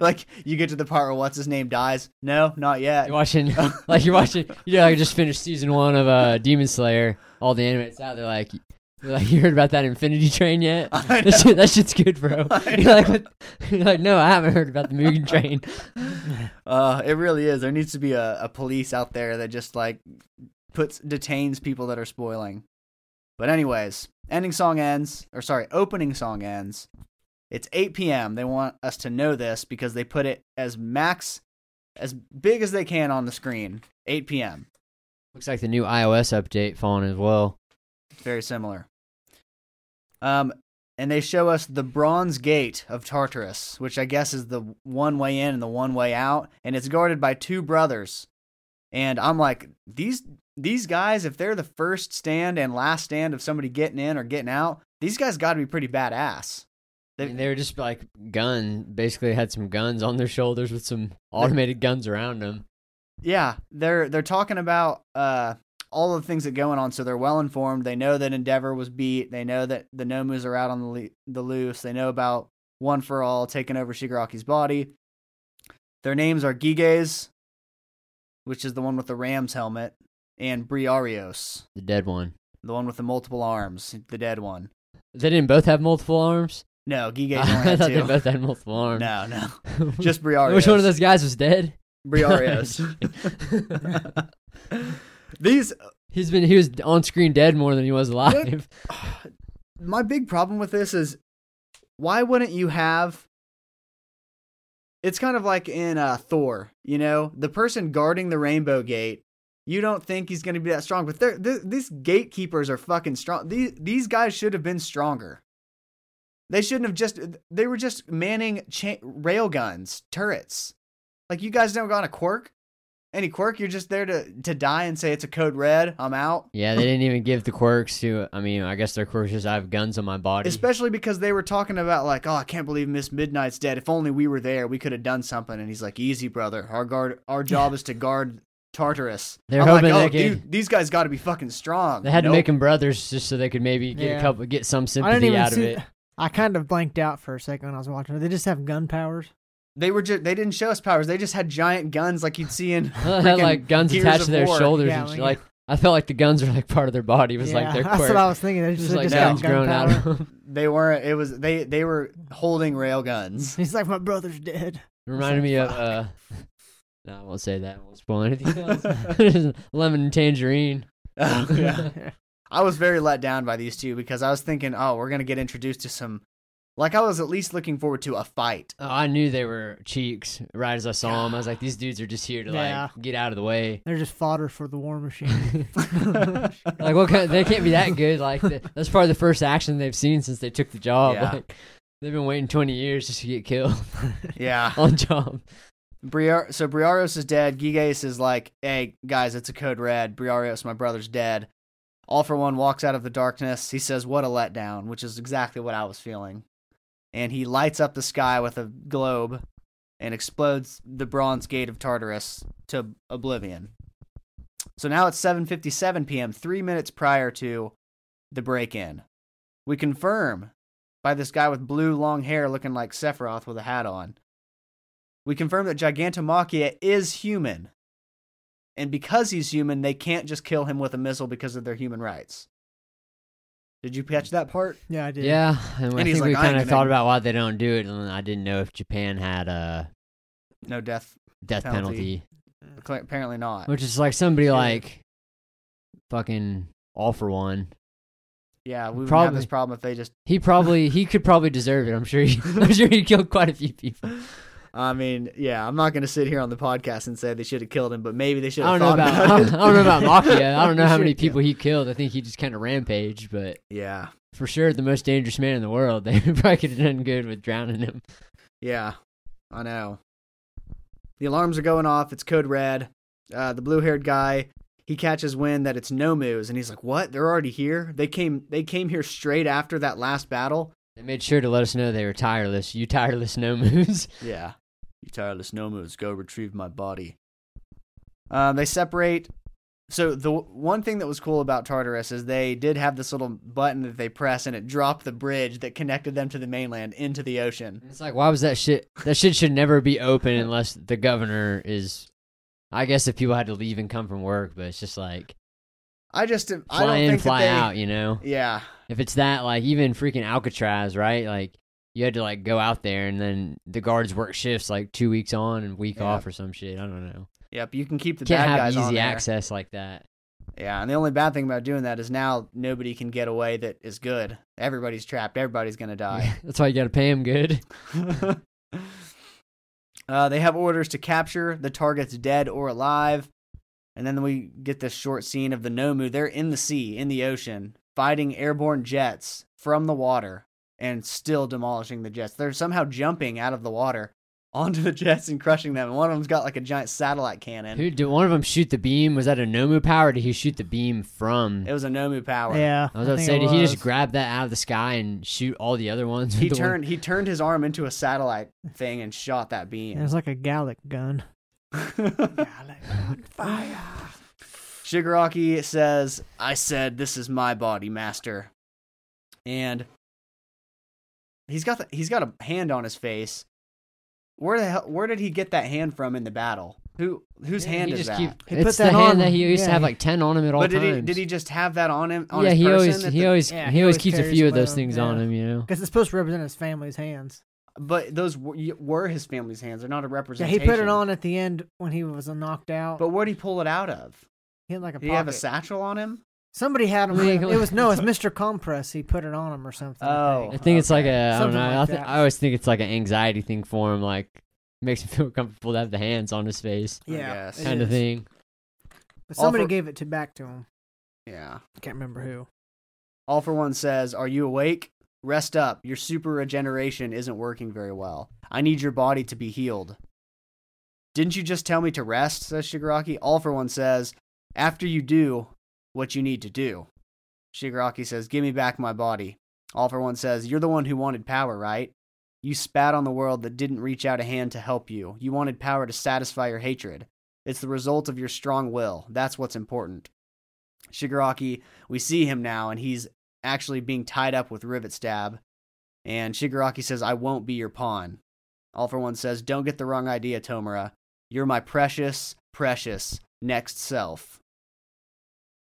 A: like you get to the part where what's his name dies no not yet [laughs]
B: You're watching, [laughs] like you're watching. You know, I just finished season one of uh, Demon Slayer. All the animates out. They're like, they're like, [laughs] you heard about that Infinity Train yet? [laughs]
A: I
B: That, shit, that shit's good, bro.
A: [laughs] I
B: You're like, what? [laughs] you're like, no, I haven't heard about the Mugen Train. [laughs]
A: Uh, it really is. There needs to be a, a police out there that just like puts detains people that are spoiling. But anyways, ending song ends, or sorry, opening song ends. It's 8 p.m. They want us to know this because they put it as max, as big as they can on the screen. 8 p.m.
B: Looks like the new iOS update phone as well.
A: Very similar. Um, and they show us the Bronze Gate of Tartarus, which I guess is the one way in and the one way out, and it's guarded by two brothers. And I'm like, these these guys, if they're the first stand and last stand of somebody getting in or getting out, these guys got to be pretty badass.
B: They,
A: They-
B: they were just like gun, basically had some guns on their shoulders with some automated guns around them.
A: Yeah, they're they're talking about uh all of the things that going on, so they're well informed. They know that Endeavor was beat. They know that the Nomus are out on the le- the loose. They know about One for All taking over Shigaraki's body. Their names are Giges, which is the one with the ram's helmet, and Briarios,
B: The dead one.
A: the one with the multiple arms, the dead one.
B: They didn't both have multiple arms.
A: No,
B: [laughs]
A: Giges only
B: I
A: had
B: thought they
A: two.
B: both had multiple arms.
A: No,
B: [laughs]
A: no, just Briarios.
B: Which one of those guys was dead?
A: Briarios? These
B: [laughs] He's been he was on screen dead more than he was alive. [laughs]
A: my big problem with this is why wouldn't you have it's kind of like in uh, thor you know the person guarding the rainbow gate you don't think he's going to be that strong but they're, th- these gatekeepers are fucking strong these, these guys should have been stronger they shouldn't have just they were just manning cha- rail guns turrets like you guys don't got a quirk any quirk you're just there to, to die and say it's a code red i'm out
B: Yeah, they didn't even give the quirks to. I mean, I guess their quirks just I have guns on my body.
A: Especially because they were talking about like, oh, I can't believe Miss Midnight's dead. If only we were there, we could have done something. And he's like, easy, brother. Our guard, our job is to guard Tartarus.
B: They're
A: I'm
B: hoping
A: like, oh,
B: they could-
A: dude, these guys got to be fucking strong.
B: they had
A: Nope.
B: to make them brothers just so they could maybe get
C: Yeah.
B: a couple, get some
C: I didn't
B: sympathy
C: even
B: out of
C: see
B: it.
C: [laughs] I kind of blanked out for a second when I was watching it. They just have gun powers.
A: They were just. They didn't show us powers. They just had giant guns like you'd see in.
B: They had
A: freaking
B: [laughs] like guns
A: Gears
B: attached
A: of
B: to their
A: War.
B: shoulders
C: Yeah,
B: and shit.
C: like-
B: Like I felt like the guns were like part of their body. Was like
C: Yeah,
B: their quirk.
C: [laughs] That's what I was thinking. They
B: It
C: just,
B: was
C: they
B: like
C: just
B: guns
C: have
B: grown
C: gun
B: out of
C: power.
B: them. [laughs]
A: They weren't. It was they. They were holding rail
B: [laughs]
A: guns. [laughs]
C: [laughs] He's like, my brother's dead.
B: Reminded
C: like,
B: me of.
C: fuck.
B: uh No, I won't say that. I won't spoil
C: [laughs]
B: anything else. [laughs] Lemon and tangerine.
A: Oh, yeah. I was very let down by these two because I was thinking, oh, we're gonna get introduced to some. Like I was at least looking forward to a fight. [laughs]
B: Oh, I knew they were cheeks right as I saw them. I was like, these dudes are just here to
C: Yeah.
B: like get out of the way.
C: [laughs] They're just fodder for the war
B: [laughs]
C: machine.
B: [laughs] Like, what kind they can't be that good. Like, th- that's probably the first action they've seen since they took the job.
A: Yeah.
B: Like, they've been waiting 20 years just to get killed [laughs]
A: Yeah.
B: on job.
A: Briar- so Briarios is dead. Gigas is like, hey guys, it's a code red. Briarios, my brother's dead. All for one walks out of the darkness. He says, "What a letdown," which is exactly what I was feeling. And he lights up the sky with a globe, and explodes the bronze gate of Tartarus to oblivion. So now it's 7:57 p.m., three minutes prior to the break-in. We confirm by this guy with blue long hair, looking like Sephiroth with a hat on we confirm that Gigantomachia is human. And because he's human, they can't just kill him with a missile because of their human rights. Did you catch that part?
C: Yeah, I did.
B: Yeah, and, I
A: he's
B: think we
A: like, "I ain't
B: kind of
A: gonna-"
B: thought about why they don't do it, and I didn't know if Japan had a
A: No death.
B: death penalty,
A: Penalty. Cla- Apparently not.
B: which is like somebody
A: Yeah.
B: like fucking all for one.
A: Yeah, we would have
B: Probably.
A: this problem if they just.
B: He probably he could probably deserve it. I'm sure. He, [laughs] I'm sure he killed quite a few people.
A: I mean, yeah, I'm not going to sit here on the podcast and say they should have killed him, but maybe they should
B: I
A: have
B: don't know
A: thought
B: about,
A: about
B: [laughs] I
A: it.
B: don't know about
A: [laughs]
B: Mafia. I don't know how
C: Sure,
B: many
C: yeah.
B: people he killed. I think he just kind of rampaged, but
A: Yeah,
B: for sure the most dangerous man in the world. [laughs] They probably could have done good with drowning him.
A: yeah, I know. The alarms are going off. It's code red. Uh, the blue-haired guy, he catches wind that it's Nomu's, and he's like, "What? They're already here? They came. They came here straight after that last battle."
B: They made sure to let us know they were tireless. You tireless no moves. [laughs]
A: Yeah. You tireless nomads, go retrieve my body. Um, they separate. So the w- one thing that was cool about Tartarus is they did have this little button that they press and it dropped the bridge that connected them to the mainland into the ocean.
B: It's like why was that shit? That shit should never be open unless the governor is. I guess if people had to leave and come from work, but it's just like
A: I just I
B: fly
A: don't
B: in,
A: think
B: fly
A: that
B: out. You know,
A: they, Yeah,
B: if it's that like even freaking Alcatraz, right? Like you had to like go out there and then the guards work shifts like two weeks on and week
A: Yeah.
B: off or some shit. I don't know.
A: yep. You can keep the
B: Can't
A: bad
B: have
A: guys on
B: easy
A: there.
B: access like that.
A: Yeah, and the only bad thing about doing that is now nobody can get away that is good. Everybody's trapped. Everybody's gonna die.
B: [laughs] That's why you got to pay them good.
A: [laughs] uh, they have orders to capture the targets dead or alive. And then we get this short scene of the Nomu. They're in the sea, in the ocean, fighting airborne jets from the water and still demolishing the jets. They're somehow jumping out of the water [laughs] onto the jets and crushing them. And one of them's got like a giant satellite cannon.
B: Who did one of them shoot the beam? Was that a Nomu power? Or did he shoot the beam from?
A: It was a Nomu power.
C: Yeah.
B: I was about to
C: think
B: say,
C: it
B: did he just
C: was.
B: grab that out of the sky and shoot all the other
A: [laughs]
B: ones?
A: He
B: with the one-
A: turned he turned his arm into a satellite thing and shot that
C: It
A: beam.
C: was like a Gallic
A: [laughs]
C: gun. Gallic gun fire.
A: Shigaraki says, I said, this is my body, master. And he's got, the, he's got a hand on his face. Where the hell, where did he get that hand from in the battle? Who whose
B: Yeah,
A: hand
B: he
A: is
B: just
A: that?
B: keep-
C: He
B: it's
C: put
B: the
C: that
B: hand
C: on-
B: that he used to have
C: yeah.
B: like ten on him at all
A: but did
B: times.
A: he did he just have that on him on
B: yeah,
A: his
B: he
A: person
B: always
A: at
B: he
A: the-
B: always
C: Yeah,
B: he,
C: he
B: always
C: always
B: keeps a
C: carries
B: few of
C: one of
B: those
C: them,
B: things
C: yeah.
B: on him. You know,
C: Because it's supposed to represent his family's hands.
A: but those were, were his family's hands. They're not a
C: Yeah,
A: representation.
C: he put it on at the end when he was knocked out.
A: But where would he pull it out of?
C: he had like a
A: Did
C: pocket.
A: he have a satchel on him?
C: Somebody had him.
B: I mean,
C: it was no, it's Mr. Compress. He put it on him or something. I
A: Oh.
B: I
C: think.
B: think it's like a I don't
C: Something
B: know. I,
C: like
B: th-
C: that.
B: I always think it's like an anxiety thing for him. Like makes him [laughs] feel comfortable to have the hands on his face,
A: I
C: yeah,
A: guess.
C: it
B: kind of
C: is.
B: thing.
C: But somebody
A: Offer-
C: gave it to back to him.
A: Yeah.
C: I can't remember who.
A: All for One says, Are you awake? Rest up. Your super regeneration isn't working very well. I need your body to be healed. Didn't you just tell me to rest? says Shigaraki. All for One says, After you do what you need to do. Shigaraki says, Give me back my body. All for One says, You're the one who wanted power, right? You spat on the world that didn't reach out a hand to help you. You wanted power to satisfy your hatred. It's the result of your strong will. That's what's important. Shigaraki, we see him now, and he's actually being tied up with Rivet Stab. And Shigaraki says, I won't be your pawn. All for One says, Don't get the wrong idea, Tomura. You're my precious, precious next self.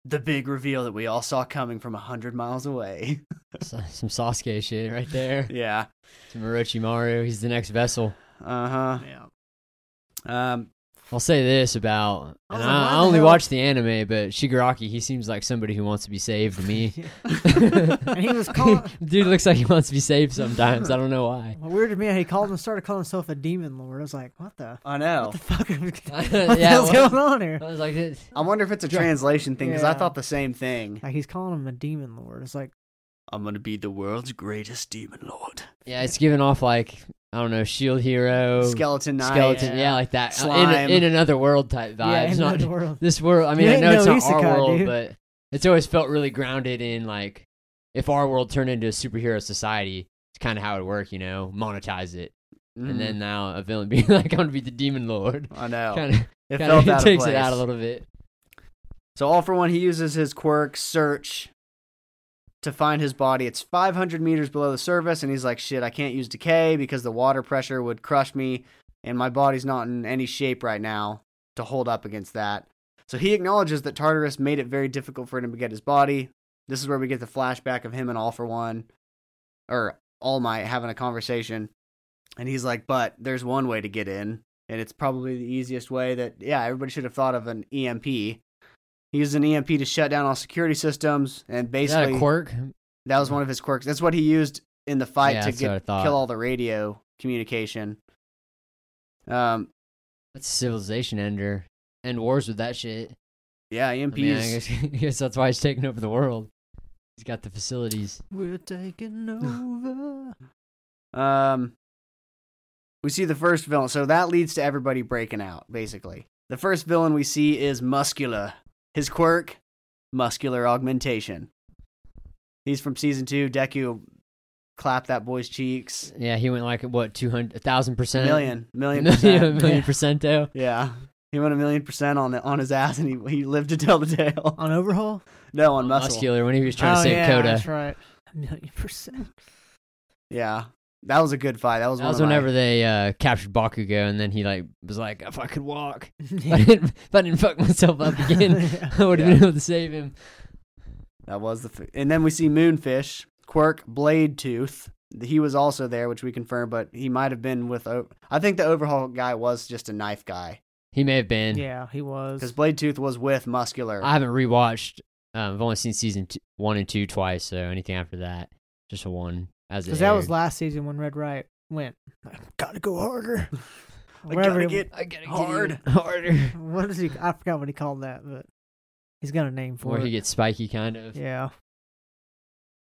A: The big reveal that we all saw coming from a hundred miles away. [laughs]
B: So- Some Sasuke shit right there.
A: yeah.
B: Some Orochimaru. He's the next vessel.
A: Uh huh.
C: Yeah.
A: Um,
B: I'll say this about.
C: I
B: And I,
C: was like, why
B: I
C: the
B: only
C: hell-
B: watched the anime, but Shigaraki, he seems like somebody who wants to be saved to
C: [laughs]
B: me. [laughs]
C: and he was calling.
B: Dude looks like he wants to be saved sometimes. I don't know
C: [laughs]
B: why. [laughs]
C: Well, weird to me, how he called and started calling himself a demon lord. I was like, what the?
A: I know.
C: What the fuck? Are we, [laughs] what the
B: Yeah,
C: hell's
B: well-
C: going on here?
B: I was like, this-
A: I wonder if it's a translation thing because I
C: Yeah.
A: thought the same thing.
C: Like he's calling him a demon lord. It's like
A: I'm gonna be the world's greatest demon lord.
B: yeah, it's giving off like I don't know, Shield Hero,
A: Skeleton Knight.
B: skeleton,
C: yeah.
B: yeah. like that, Uh,
A: Slime.
B: in, in another world type
C: yeah,
B: vibe.
C: in
B: It's not
C: another world.
B: [laughs] this world. I mean,
C: You
B: I
C: ain't
B: know it's
C: no
B: not our
C: isekai,
B: world,
C: dude.
B: but it's always felt really grounded in like if our world turned into a superhero society. It's kind of how it would work, you know, monetize it,
A: Mhm.
B: and then now a villain [laughs] being like, "I'm gonna be the demon lord."
A: Mm-hmm. I know.
B: Kind of,
A: it
B: kind of
A: felt out of
B: takes [laughs] it
A: place.
B: out a little bit.
A: So all for one, he uses his quirk search to find his body. It's 500 meters below the surface, and he's like, "Shit, I can't use decay because the water pressure would crush me, and my body's not in any shape right now to hold up against that." So he acknowledges that Tartarus made it very difficult for him to get his body. This is where we get the flashback of him and All for One, or All Might having a conversation, and he's like, "But there's one way to get in, and it's probably the easiest way that yeah everybody should have thought of an EMP. He used an EMP to shut down all security systems, and
B: Is that
A: basically
B: a quirk?
A: that was one of his quirks. That's what he used in the fight
B: Yeah,
A: to
B: that's what I
A: get
B: thought.
A: kill all the radio communication. Um,
B: That's civilization ender. End wars with that shit.
A: yeah, E EMPs.
B: I, mean, I guess, [laughs] I guess that's why he's taking over the world. He's got the facilities.
C: We're [laughs] taking over.
A: Um, we see the first villain, so that leads to everybody breaking out. Basically, the first villain we see is Muscular. His quirk, muscular augmentation. He's from season two. Deku clapped that boy's cheeks.
B: Yeah, he went like what two hundred, a thousand percent, [laughs]
A: Million, million
B: a
A: percent.
B: Uh, million percento.
A: [laughs] yeah, he went a million percent on on his ass, and he he lived to tell the tale.
C: On overhaul?
A: No, on muscle.
B: Muscular when he was trying to
C: oh,
B: save
C: yeah,
B: Coda.
C: That's right. A million percent.
A: Yeah, that was a good fight. That was
B: That
A: one
B: was
A: of my-
B: whenever they uh, captured Bakugo, and then he like was like, "If I
A: [laughs]
B: could walk, if I
C: Yeah.
B: didn't, if I didn't fuck [laughs] myself up
C: [laughs]
B: again, I would have
A: Yeah.
B: been able to save him."
A: That was the, f- and then we see Moonfish, Quirk, Blade Tooth. He was also there, which we confirmed, but he might have been with. O- I think the overhaul guy was just a knife guy
B: He may have been.
C: yeah, he
A: because
C: was.
A: Blade Tooth was with Muscular.
B: I haven't rewatched. Um, I've only seen season two, one and two twice, so anything after that, just a one. As it
C: Because that was
B: aired.
C: last season when Red Riot went. Gotta go harder.
A: I
C: Wherever
A: gotta
C: he-
A: get
B: [laughs] I gotta get
C: [laughs]
A: Hard.
B: even harder.
C: What is he? I forgot what he called that, but he's got a name for
B: Where
C: it.
B: he gets spiky, kind of.
C: yeah,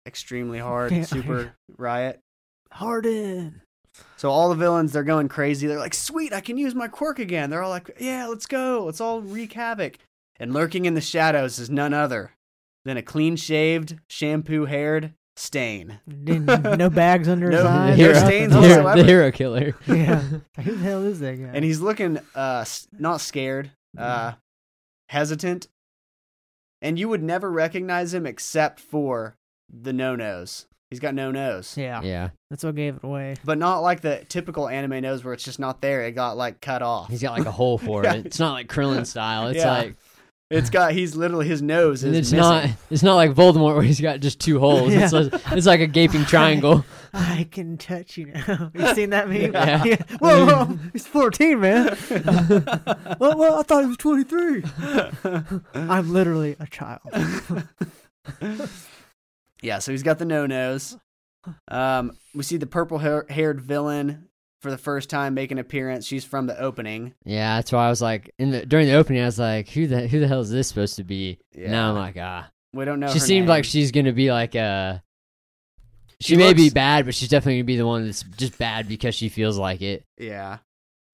A: extremely hard,
C: Yeah.
A: super riot.
C: Harden.
A: So all the villains, they're going crazy. They're like, "Sweet, I can use my quirk again." They're all like, "Yeah, let's go. Let's all wreak havoc." And lurking in the shadows is none other than a clean-shaved, shampoo-haired Stain.
C: Didn't, [laughs] no bags under his
A: No-
C: eyes.
A: no
C: or nothing.
A: stains
B: [laughs] the, hero,
A: whatsoever.
B: the hero killer.
C: Yeah. [laughs] Who the hell is that guy?
A: and he's looking uh s- not scared
B: Mm-hmm.
A: uh hesitant and you would never recognize him except for the no nose he's got no nose
C: yeah,
B: [laughs] yeah,
C: that's what gave it away.
A: but not like the typical anime nose where it's just not there it got like cut off
B: he's got like a hole for
A: Yeah.
B: it. It's not like Krillin style. It's
A: Yeah.
B: like
A: it's got he's literally his nose is
B: it's
A: missing.
B: not. It's not like Voldemort where he's got just two holes. It's,
C: Yeah.
B: like, it's like a gaping
C: [laughs]
B: triangle.
C: I can touch you [laughs] now. You seen that meme?
B: [laughs] Yeah.
C: Whoa, whoa, [laughs] he's fourteen, man. well, well, I thought he was twenty-three. [laughs]
B: [laughs]
C: I'm literally a child.
A: [laughs] yeah so he's got the no nose um we see the purple hair- haired villain for the first time make an appearance she's from the opening
B: [laughs] Yeah, that's why I was like in the during the opening. I was like, who the who the hell is this supposed to be?
A: Yeah.
B: Now I'm like, ah,
A: we don't know
B: she
A: her
B: seemed like
A: name.
B: she's gonna be like uh She,
A: She
B: may be
A: looks-
B: bad, but she's definitely gonna be the one that's just bad because she feels like it,
A: yeah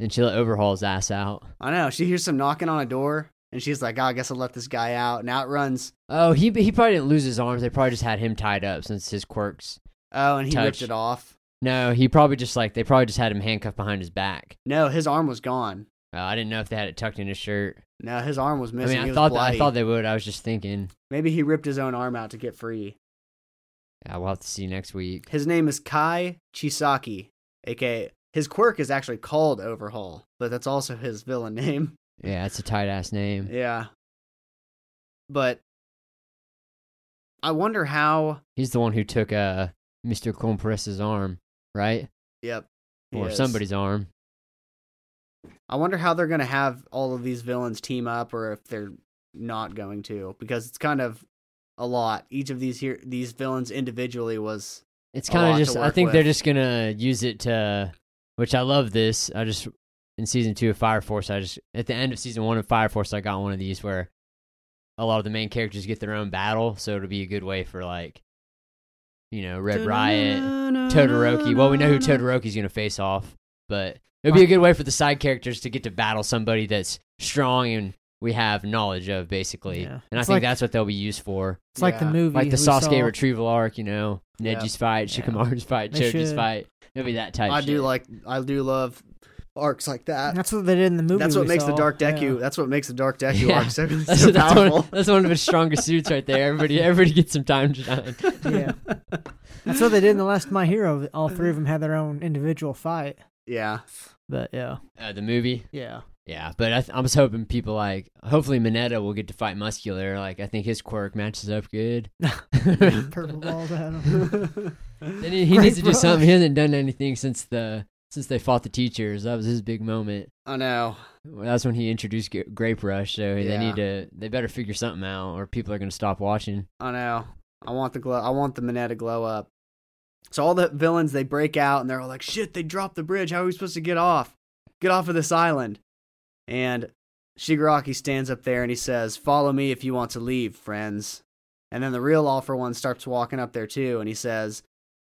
B: and she let overhaul's ass out.
A: I know. She hears some knocking on a door, and she's like, oh, I guess I'll let this guy out. And out runs.
B: Oh, he he probably didn't lose his arms. They probably just had him tied up since his quirks.
A: Oh, and he ripped
B: Touch.
A: it off.
B: No, he probably just like they probably just had him handcuffed behind his back.
A: No, his arm was gone.
B: Uh, I didn't know if they had it tucked in his shirt.
A: No, his arm was missing.
B: I
A: He
B: mean, I
A: was
B: thought that,
A: bloody.
B: I thought they would. I was just thinking,
A: Maybe he ripped his own arm out to get free.
B: yeah, we'll have to see next week.
A: His name is Kai Chisaki, aka his quirk is actually called Overhaul, but that's also his villain
B: [laughs]
A: name.
B: Yeah, it's a tight ass name.
A: Yeah. But I wonder how.
B: He's the one who took uh Mr. Compress's arm, right?
A: Yep. he
B: Or
A: is.
B: somebody's arm.
A: I wonder how they're going to have all of these villains team up or if they're not going to because it's kind of a lot. Each of these here these villains individually was
B: It's
A: a
B: kind
A: lot
B: of
A: to
B: just. I
A: work
B: think they're
A: with.
B: just gonna use it to, which I love this. I just in season two of Fire Force, I just at the end of season one of Fire Force, I got one of these where a lot of the main characters get their own battle, so it'll be a good way for like, you know, Red Riot, Todoroki. Well, we know who Todoroki's gonna face off, but it'll be a good way for the side characters to get to battle somebody that's strong and we have knowledge of basically,
C: Yeah.
B: and I
C: It's
B: think
C: like-
B: that's what they'll be used for
C: It's like the
A: Yeah.
C: movie,
B: like the
C: we
B: Sasuke
C: saw.
B: retrieval arc, you know,
A: Yeah.
B: Neji's fight,
C: Yeah.
B: Shikamaru's fight,
C: They
B: Choji's
C: should.
B: fight. It'll be that type.
A: I do
B: shit. [laughs]
A: like I do love arcs like that.
C: That's what they did in the movie.
A: that's what
C: we
A: makes the
C: saw.
A: Dark
C: Yeah.
A: Deku. That's what makes the Dark Deku
B: Yeah.
A: arc so,
B: [laughs] That's,
A: so
B: that's,
A: powerful.
B: one, that's one of his strongest suits right
A: [laughs]
B: there. Everybody, everybody gets some time to shine.
C: yeah. [laughs] That's what they did in the last My Hero. All three of them had their own individual fight.
A: yeah. [laughs]
C: But yeah,
B: Uh, the movie,
C: [laughs] yeah.
B: Yeah, but I th- I'm just hoping people like hopefully Mineta will get to fight Muscular. Like I think his quirk matches up
C: [laughs]
B: good. [laughs]
C: Purple balls at [laughs] him.
A: Then
B: Then he, he needs to do something. He hasn't done anything since the since they fought the teachers. That was his big moment.
A: I know.
B: Well, That's when he introduced G- Grape Rush. So they
A: Yeah.
B: need to they better figure something out, or people are gonna stop watching.
A: I know. I want the glow. I want the Minetta glow up. So all the villains they break out and they're all like, "Shit! They dropped the bridge. How are we supposed to get off? Get off of this island!" And Shigaraki stands up there and he says, "Follow me if you want to leave, friends." And then the real All For One starts walking up there too, and he says,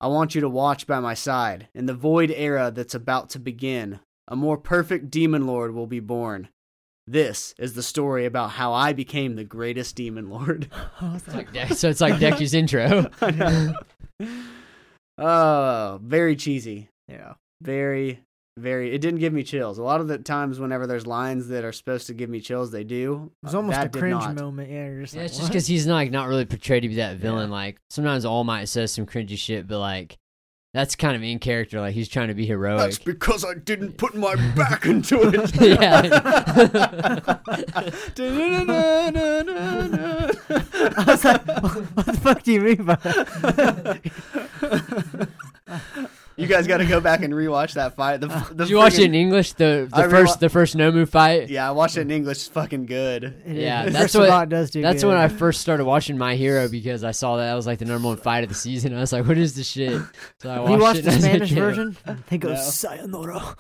A: "I want you to watch by my side. In the void era that's about to begin, a more perfect demon lord will be born. This is the story about how I became the greatest demon lord." [laughs]
C: I was like,
B: Yeah, so it's like
C: [laughs]
B: Deku's intro.
A: I know. oh, very cheesy.
C: yeah.
A: Very, very. It didn't give me chills. A lot of the times, whenever there's lines that are supposed to give me chills, they do.
C: It was almost
A: that
C: a
A: did
C: cringe
A: not.
C: moment. Yeah, you're just
B: Yeah,
C: like,
B: it's just
C: "What?"
B: because he's not like not really portrayed to be that villain.
C: Yeah.
B: Like sometimes All Might says some cringy shit, but like that's kind of in character. Like he's trying to be heroic.
A: That's because I didn't put
B: [laughs]
A: my back into it. [laughs]
B: [laughs]
C: [laughs] I was like, [laughs] what the fuck do you mean by [laughs] that?
A: you guys got to go back and rewatch that fight. The, the
B: Did you watch it
A: friggin-
B: in English? The the
A: I
B: first
A: reali-
B: the first Nomu fight.
A: Yeah, I watched it in English. It's fucking [laughs] good.
C: It
B: Yeah,
C: is-
B: that's
C: First of
B: what-
C: all, it does do.
B: That's
C: good.
B: when I first started watching My Hero because I saw that, that was like the number one fight of the season. I was like, "What is this shit?" So I
C: Have
B: watched
C: you watched
B: it [laughs]
C: the
B: as a
C: Spanish
B: kid.
C: version? He goes
A: No.
B: [laughs]
C: sayonara,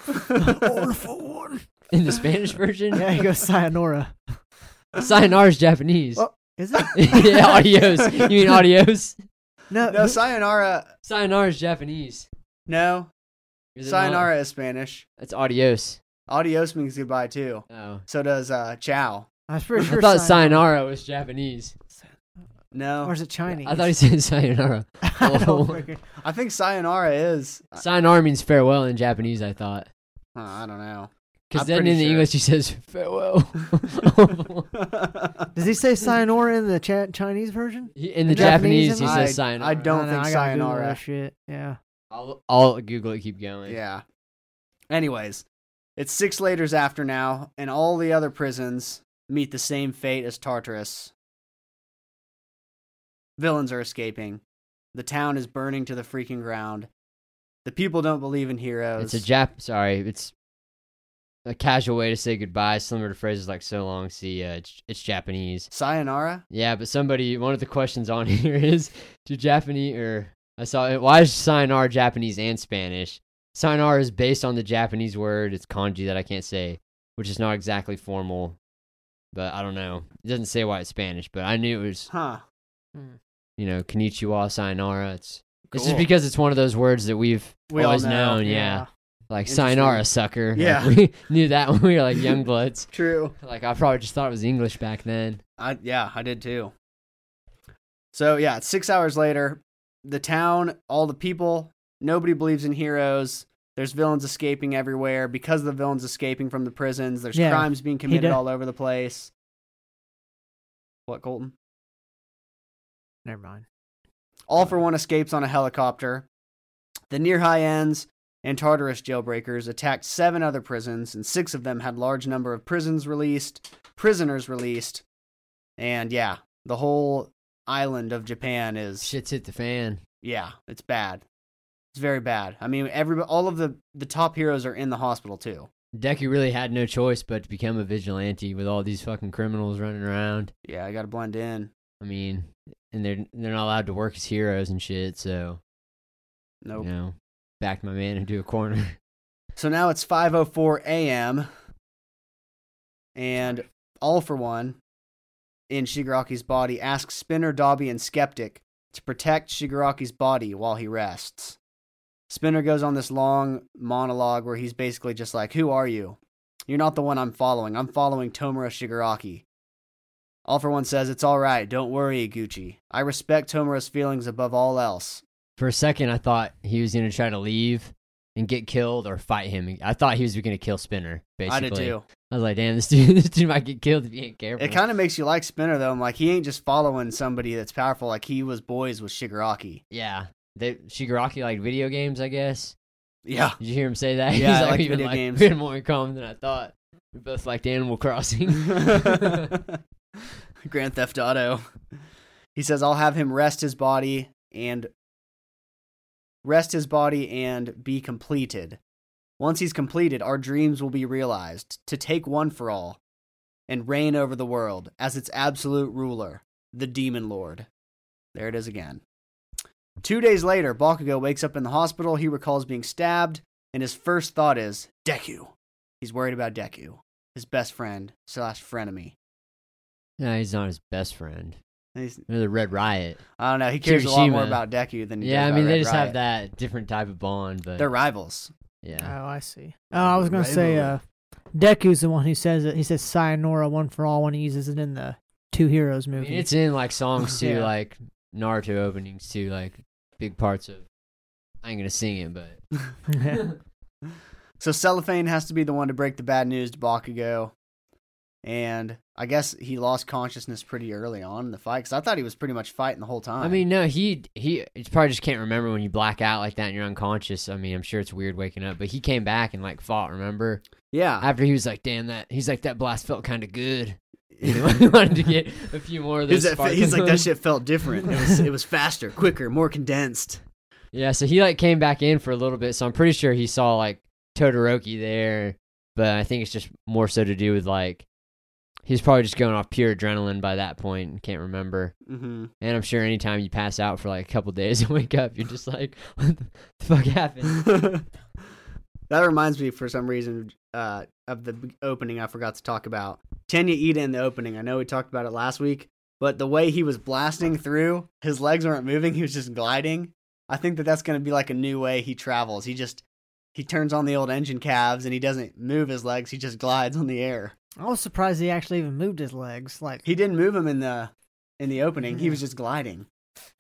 C: all for one.
B: In the Spanish version,
C: [laughs] Yeah, he goes sayonara.
B: Sayonara's Japanese.
C: Well- Is it?
B: [laughs] yeah, audios. You mean audios?
C: [laughs] No,
A: No,
C: who-
A: Sayonara.
B: Sayonara's Japanese.
A: No,
B: Is it not?
A: Sayonara is Spanish.
B: That's audios.
A: Adios means goodbye too. [laughs]
B: Oh.
A: So does uh, ciao.
C: I was pretty
B: I
C: sure.
B: thought
C: sayonara-
B: sayonara was Japanese.
A: No,
C: Or is it Chinese?
B: I
C: [laughs]
B: thought he said [laughs] sayonara.
C: I don't
B: Oh. [laughs]
C: [laughs] freaking-
A: I think sayonara is. I-
B: Sayonara means farewell in Japanese, I thought.
A: uh, I don't know. I'm
B: Because then
A: pretty
B: in the
A: sure.
B: English he says
A: [laughs]
B: [laughs] farewell.
C: Does he say sayonara in the cha- Chinese version?
B: He- in the
C: Japanese
B: Japanese,
C: in
B: he
A: I-
B: says sayonara.
A: I don't
C: No, no,
A: think
C: I gotta Google
A: sayonara.
C: that Shit. Yeah.
B: I'll, I'll Google it. Keep going.
A: [laughs] Yeah. Anyways, it's six laters after now, and all the other prisons meet the same fate as Tartarus. Villains are escaping. The town is burning to the freaking ground. The people don't believe in heroes.
B: It's a Jap. Sorry, it's a casual way to say goodbye. Similar to phrases like "so long, see ya." It's, it's Japanese.
A: sayonara.
B: Yeah, but somebody. One of the questions on [laughs] here is: Do Japanese or I saw it, why is sayonara Japanese and Spanish? Sayonara is based on the Japanese word. It's kanji that I can't say, which is not exactly formal. But I don't know. It doesn't say why it's Spanish, but I knew it was
A: Huh.
B: you know konnichiwa, sayonara. It's it's just
A: Cool.
B: because it's one of those words that we've
A: We all
B: always
A: know,
B: known. Oh, yeah. Like
A: Interesting.
B: sayonara sucker. Like,
A: Yeah.
B: we [laughs] knew that when we were like young bloods.
A: True.
B: Like I probably just thought it was English back then.
A: I yeah, I did too. So yeah, it's six hours later, the town, all the people, nobody believes in heroes. There's villains escaping everywhere because of the villains escaping from the prisons. There's
C: Yeah.
A: crimes being committed
C: did-
A: all over the place. What, Colton?
C: Never mind.
A: All for One escapes on a helicopter. The near high ends and Tartarus jailbreakers attacked seven other prisons, and six of them had large number of prisons released, prisoners released, and yeah, the whole island of Japan is
B: Shit's hit the fan.
A: yeah, it's bad. It's very bad. I mean, every all of the the top heroes are in the hospital too.
B: Deku really had no choice but to become a vigilante with all these fucking criminals running around.
A: Yeah, I got to blend in.
B: I mean, and they're they're not allowed to work as heroes and shit. So
A: Nope.
B: you know, backed my man into a corner. [laughs]
A: So now it's 5:04 a.m. and all for one in Shigaraki's body asks Spinner, Dobby, and Skeptic to protect Shigaraki's body while he rests. Spinner goes on this long monologue where he's basically just like, "Who are you? You're not the one I'm following. I'm following Tomura Shigaraki." All for one says, "It's all right. Don't worry, Iguchi. I respect Tomura's feelings above all else.
B: For a second, I thought he was gonna try to leave and get killed or fight him. I thought he was gonna kill Spinner. Basically,
A: I did too."
B: I was like, damn, this [laughs] dude, this dude might get killed if he ain't careful.
A: It kind of makes you like Spinner though. I'm like, he ain't just following somebody that's powerful. Like he was boys with Shigaraki.
B: Yeah. They, Shigaraki liked video games, I guess.
A: Yeah,
B: Did you hear him say that? [laughs]
A: Yeah, I
B: He's like,
A: liked
B: "We even
A: video
B: like,
A: games."
B: We had more in common than I thought. We both liked
A: [laughs]
B: Animal [laughs] Crossing.
A: Grand Theft Auto. He says, I'll have him rest his body and rest his body and be completed. Once he's completed, our dreams will be realized to take one for all and reign over the world as its absolute ruler, the Demon Lord. There it is again. Two days later, Bakugo wakes up in the hospital. He recalls being stabbed, and his first thought is Deku. He's worried about Deku, his best friend slash frenemy.
B: no, he's not his best friend.
A: And he's-
B: They're the Red Riot.
A: I don't know. He cares a lot more
B: Kirishima.
A: about Deku than he
B: yeah,
A: does
B: I mean
A: about
B: they
A: Red
B: just
A: Riot.
B: have that different type of bond, but
A: They're rivals.
B: yeah,
C: Oh, I see. Oh, I was gonna say uh,
A: Rivalry.
C: Deku's the one who says it. He says Sayonara one for all when he uses it in the Two Heroes
B: I
C: movie.
B: mean, it's in like songs too,
C: Yeah.
B: like Naruto openings too, like big parts of. I ain't gonna sing it, but
A: So Cellophane has to be the one to break the bad news to Bakugo. And I guess he lost consciousness pretty early on in the fight because I thought he was pretty much fighting the whole time.
B: I mean, no, he he. It's probably just can't remember when you black out like that and you're unconscious. I mean, I'm sure it's weird waking up, but he came back and like fought. Remember
A: [laughs] yeah.
B: after he was like, "Damn that!" He's like, "That blast felt kind of good." [laughs] You know, he wanted to get a few more of
A: He's,
B: those.
A: that,
B: sparkling
A: he's like that
B: ones.
A: shit
B: [laughs]
A: felt different. It was it was faster, quicker, more condensed.
B: Yeah, so he like came back in for a little bit, so I'm pretty sure he saw like Todoroki there, but I think it's just more so to do with like he's probably just going off pure adrenaline by that point and can't remember.
A: Mm-hmm.
B: And I'm sure anytime you pass out for like a couple days and wake up, you're just like, [laughs] what the fuck happened?
A: [laughs] that reminds me, for some reason, uh, of the b- opening I forgot to talk about. Tenya Ida in the opening. I know we talked about it last week, but the way he was blasting through, his legs weren't moving. He was just gliding. I think that that's going to be like a new way he travels. He just he turns on the old engine calves and he doesn't move his legs. He just glides on the air.
C: [laughs] I was surprised he actually even moved his legs. Like
A: He didn't move him in the in the opening. He was just gliding.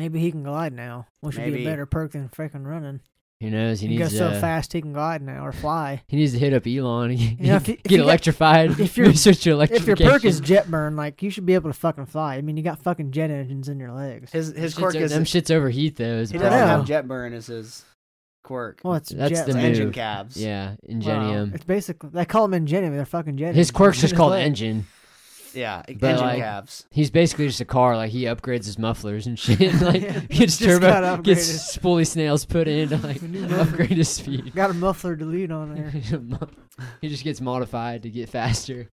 C: maybe he can glide now, which would be
A: Maybe.
C: a better perk than freaking running.
B: Who knows? He
C: He goes
B: needs uh,
C: so
B: to
C: fast he can glide now
B: [laughs]
C: or fly.
B: he needs to hit up Elon, [laughs] and
C: know, if you- if
B: get
C: you got-
B: electrified. [laughs]
C: if your-
B: switch to
C: If your perk is
B: electrification.
C: jet burn, like you should be able to fucking fly. I mean, you got fucking jet engines in your legs.
A: His his
B: Shits
A: quirk
B: o-
A: is
B: them shits overheat though. Is
A: he
B: a
A: doesn't
C: Yeah.
B: problem.
A: have jet burn as his quirk.
C: Well, it's
B: That's
C: jet
B: the
A: It's
C: like-
B: move.
A: engine calves.
B: yeah,
C: Wow.
B: ingenium.
C: It's basically they call them ingenium. They're fucking jet.
B: His
C: engines.
B: quirk's just
C: His
B: called
C: leg-
B: engine.
A: Yeah, e-,
B: But,
A: engine
B: like-
A: calves.
B: He's basically just a car. Like he upgrades his mufflers and shit. [laughs] Like
C: Yeah,
B: gets
C: [laughs] just
B: turbo,
C: gotta upgrade
B: gets
C: it.
B: spoolie snails put in to
C: [laughs]
B: like
C: New muffler.
B: upgrade his [laughs] speed.
C: [laughs] Got a muffler delete
B: [laughs]
C: on there.
B: he just gets modified to get faster.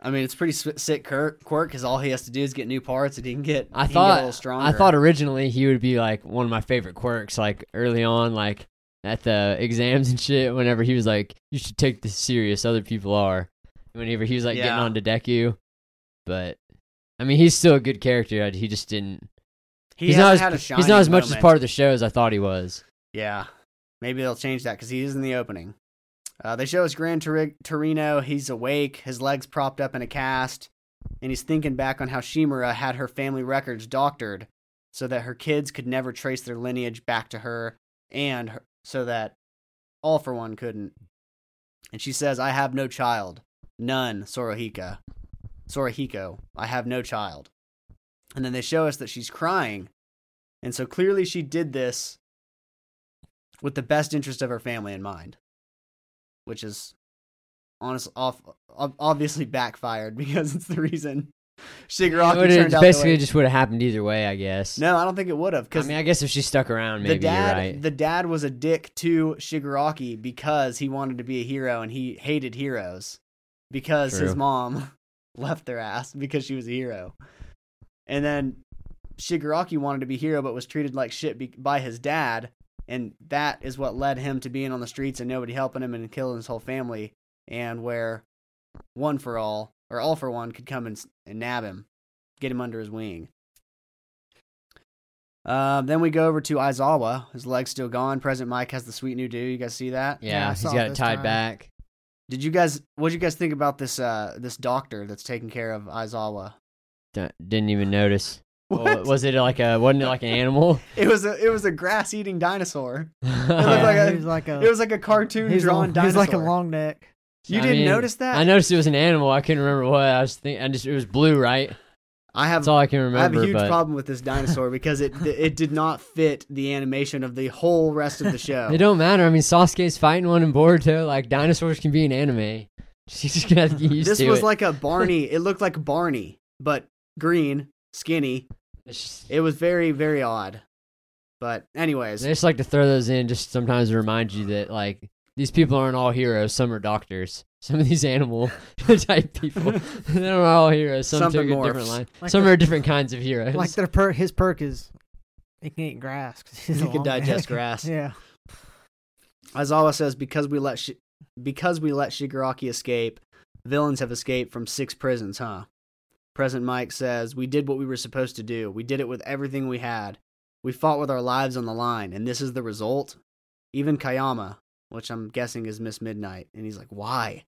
A: I mean, it's pretty sw- sick cur- quirk because all he has to do is get new parts and he can get.
B: I
A: he can get a
B: thought
A: little stronger.
B: I thought originally he would be like one of my favorite quirks. Like early on, like at the exams and shit. Whenever he was like, "You should take this serious. Other people are." Whenever he was like getting
A: Yeah.
B: on to Deku, but I mean, he's still a good character. I- He just didn't.
A: he
B: he's not
A: hasn't
B: as
A: had a
B: he's
A: shining
B: not as much as
A: moment.
B: part of the show as I thought he was.
A: Yeah, maybe they'll change that because he is in the opening. Uh, they show us Gran Tori- Torino. He's awake, his legs propped up in a cast, and he's thinking back on how Shimura had her family records doctored so that her kids could never trace their lineage back to her, and her- so that all for one couldn't. And she says, "I have no child, none, Sorohika, Sorohiko. I have no child." And then they show us that she's crying, and so clearly she did this with the best interest of her family in mind, which is honest, off, ob- obviously backfired [laughs] because it's the reason
B: It
A: Shigaraki
B: would've-
A: turned out
B: basically
A: the way.
B: just would have happened either way, I guess.
A: no, I don't think it would have
B: I
A: because
B: mean, I guess if she stuck around, maybe
A: the dad
B: you're right.
A: the dad was a dick to Shigaraki because he wanted to be a hero and he hated heroes because his
B: True.
A: mom [laughs] left their ass because she was a hero. And then Shigaraki wanted to be hero but was treated like shit be- by his dad and that is what led him to being on the streets and nobody helping him and killing his whole family and where one for all or all for one could come and, s- and nab him, get him under his wing. Um, then we go over to Izawa. His leg's still gone. President Mike has the sweet new do. You guys see that?
B: yeah,
C: Yeah, I
B: he's
C: saw it
B: got it
C: this
B: tied
C: time.
B: back.
A: Did you guys? What did you guys think about this? Uh, this doctor that's taking care of Izawa.
B: D- didn't even notice.
A: [laughs] What?
B: Well, was it like a? Wasn't it like an animal?
A: it was a it was a grass eating dinosaur. [laughs]
B: [laughs]
A: It looked
C: Yeah,
A: like a-
C: he was like a
A: It was like a cartoon
C: Uh, he's
A: drawn
C: long-
A: dinosaur.
C: He's like a long neck.
A: You
B: I
A: didn't
B: mean,
A: notice that?
B: I noticed it was an animal. I couldn't remember what I was thinking. I just it was blue, right?
A: I have
B: That's all I can remember.
A: I have a huge
B: but
A: problem with this
B: [laughs]
A: dinosaur because it it did not fit the animation of the whole
B: [laughs]
A: rest of the show.
B: It don't matter. I mean, Sasuke's fighting one in Boruto. Like dinosaurs can be an anime. [laughs] She's just gonna have to get used
A: this
B: to
A: was
B: it.
A: like
B: [laughs]
A: a Barney. It looked like Barney, but green, skinny.
B: It's just-
A: It was very, very odd. But anyways,
B: I just like to throw those in just sometimes to remind you that like these people aren't all heroes. Some are doctors. [laughs] Some of these animal [laughs] type people, they don't all heroes. Some
A: Something
B: took a different
A: morphs.
B: line.
C: Like
B: some
C: the-
B: are different kinds of heroes.
C: Like their per- his perk is he can eat grass. 'cause he's a
A: you can
C: long
B: [laughs]
C: man.
A: digest grass.
C: yeah.
A: As Aizawa says, because we let Shi- because we let Shigaraki escape, villains have escaped from six prisons, huh? Present Mike says, "We did what we were supposed to do. We did it with everything we had. We fought with our lives on the line, and this is the result." Even Kayama, which I'm guessing is Miss Midnight, and he's like, "Why?"